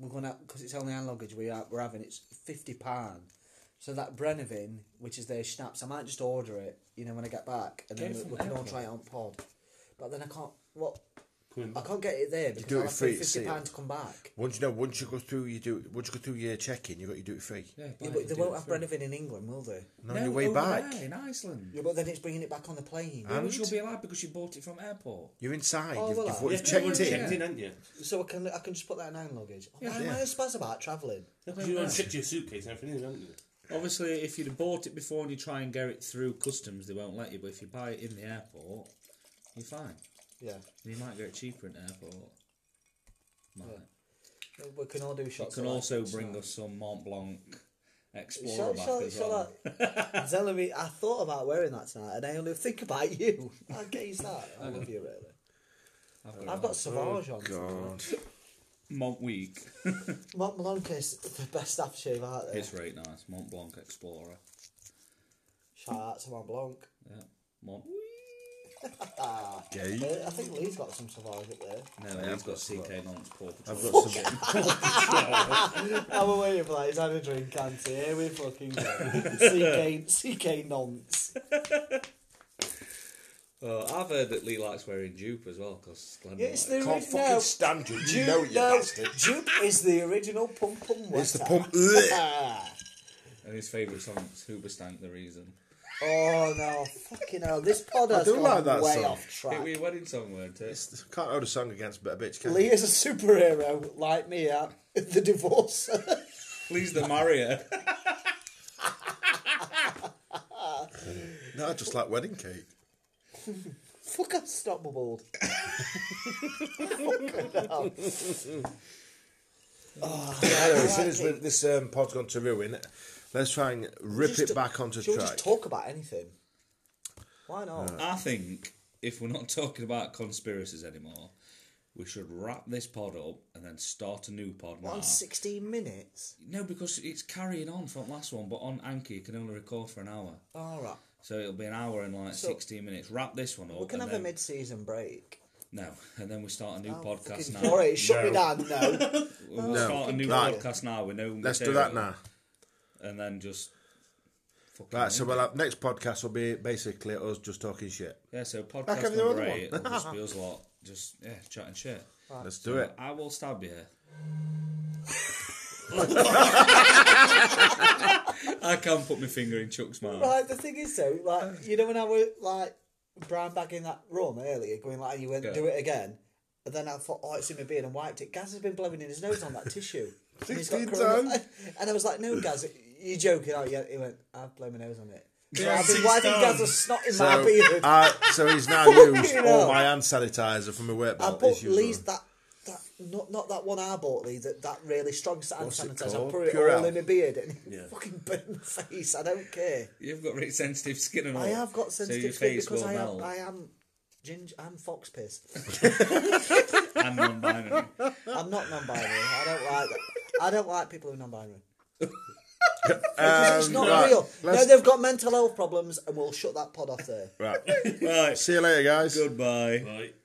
A: We're going out because it's only our luggage we are, we're having. It's fifty pound. So that Brennivin, which is their schnapps, I might just order it. You know when I get back, and then
B: Get it
A: we,
B: from
A: we can all
B: Amazon.
A: try it on pod. But then I can't. What
C: Coming
A: I
C: back.
A: can't get it there because
D: do it
A: I'll have to pay
D: free, see
A: fifty
D: it.
A: pounds to come back.
D: Once you know, once you go through, you do. Once you go through your check-in, you got your duty free. Hmm.
B: Yeah,
A: Yeah,
B: buy it
A: but they
B: and do
A: won't
B: it
A: have
B: through.
A: Brennivin in England, will they?
D: And on your
B: No,
D: way
B: over
D: back,
B: there in Iceland.
A: Yeah, but then it's bringing it back on the plane.
D: Huh?
B: Which you'll be allowed because you bought it from airport.
D: you're inside.
A: Oh,
D: you've
A: well,
D: you've,
A: I-
D: you've
C: Yeah, you
D: checked
C: were
D: in.
C: checked in, hadn't you?
A: So I can I can just put that in hand luggage. Oh,
B: Yeah.
A: Why am I a spaz about travelling?
C: Because you don't check your suitcase and everything, haven't you?
B: Obviously, if you'd have bought it before and you try and get it through customs, they won't let you. But if you buy it in the airport, you're fine.
A: Yeah,
B: And you might get it cheaper in the airport. Might.
A: we can all do
B: You
A: shots.
B: can
A: of that.
B: also bring us some Mont Blanc Explorer
A: Shall,
B: back
A: shall,
B: as
A: shall
B: well. [LAUGHS]
A: I, telling me, I thought about wearing that tonight, and I only think about you. [LAUGHS] I get that. I love you really. I've got Sauvage
B: Oh,
A: on.
D: God,
B: Mont Week.
A: Mont Blanc is the best aftershave out there.
B: It's right nice. Mont Blanc Explorer.
A: Shout out to Mont Blanc.
B: Yeah. Mont.
D: gay.
A: Uh, I think Lee's got some Sauvage up there. [LAUGHS]
B: No, he's got CK Mont's Paw
A: Oh,
B: Patrol.
D: I've got some.
A: I'm away for that. He's had a drink, can't he? Here we fucking go. [LAUGHS] CK, CK nonce.
B: Uh, I've heard that Lee likes wearing dupe as well because Glenn.
A: Yeah, it's
B: likes-
A: the
D: Can't fucking
A: original.
D: stand you. You
A: Duke,
D: know it, you
A: no,
D: bastard.
A: Duke is the original pum pum wetter.
D: It's the pump.
A: [LAUGHS]
D: Ugh.
A: Ah.
B: And his favourite song is Hoobastank the Reason.
A: Oh no, fucking hell! This pod
D: I
A: has
D: do
A: gone
D: like that
A: way
D: song.
A: off
B: It
A: track.
B: was a wedding song, weren't it?
D: It's- Can't hold a song against but a bitch, can
A: Lee
D: you?
A: is a superhero like me. Yeah, [LAUGHS] the divorce. [LAUGHS]
B: Please the Marriott.
D: No, I just like wedding cake.
A: Fuck, I stop my bald.
D: Anyway,
A: Right,
D: since
A: Jake.
D: this um, pod's gone to ruin, let's try and rip
A: Just-
D: it back onto
A: Shall we
D: track. Uh,
A: just talk about anything? Why
B: [LAUGHS]
A: not?
B: I think if we're not talking about conspiracies anymore, we should wrap this pod up and then start a new pod.
A: What,
B: now.
A: on sixteen minutes.
B: No, because it's carrying on from last one, but on Anki you can only record for an hour.
A: All right.
B: So it'll be an hour and like
A: So-
B: 16 minutes. Wrap this one up.
A: We can
B: and
A: have a
B: then-
A: mid-season break.
B: No, and then we start a new
A: Oh,
B: podcast
A: fucking- Oh,
B: now.
A: All right, shut me
C: No.
B: [LAUGHS]
A: down now.
B: We'll
D: No.
B: start a new
D: Right.
B: podcast now with no.
D: let's do
B: material,
D: that now.
B: And then just. fucking
D: Right, so
B: end it.
D: well, our next podcast will be basically us just talking shit.
B: Yeah, so podcast
D: Back over the
B: number
D: other
B: eight,
D: one.
B: it'll
A: [LAUGHS]
B: just be us lot, just yeah, chatting shit.
D: Let's do it.
B: I will stab you. I can't put my finger in Chuck's mouth.
A: Right, the thing is though, like you know when I was like brown bagging that rum earlier, going like you went
B: Yeah.
A: do it again, and then I thought, oh, it's in my beard and wiped it. Gaz has been blowing in his nose on that tissue. And he's got
D: 16
A: corona-
D: times.
A: [LAUGHS] And I was like, no, Gaz, you're joking. Oh, yeah, he went, I've blown my nose on it. So
G: Yeah,
A: I've been
G: 16
A: wiping
G: times.
A: Gaz's snot in
D: So,
A: my
D: [LAUGHS]
A: beard. I,
D: I, so he's now
A: [LAUGHS]
D: used
A: Fucking
D: all
A: hell.
D: my hand sanitizer from my work belt.
A: bought
D: He's used
A: Lee's
D: all-
A: that. That, not not that one I bought Lee that, that really strong hand
D: What's it
A: sanitizer. I
D: called?
A: put it
D: Purell.
A: all in my beard and it
C: Yeah.
A: [LAUGHS] fucking burnt my face. I don't care.
B: You've got really sensitive skin and all.
A: I have got
B: so
A: sensitive
B: your
A: skin
B: face
A: because
B: will
A: I am,
B: melt.
A: I am ginger. I'm fox piss.
B: I'm non-binary.
A: [LAUGHS] I'm not non-binary. I don't like. I don't like people who are
D: [LAUGHS]
A: non-binary. Because it's
D: Um,
A: not
D: right,
A: real. No,
D: let's-
A: they've got [LAUGHS] mental health problems, and we'll shut that pod off there.
D: Right.
B: right,
D: See you later, guys.
B: goodbye.
C: Right.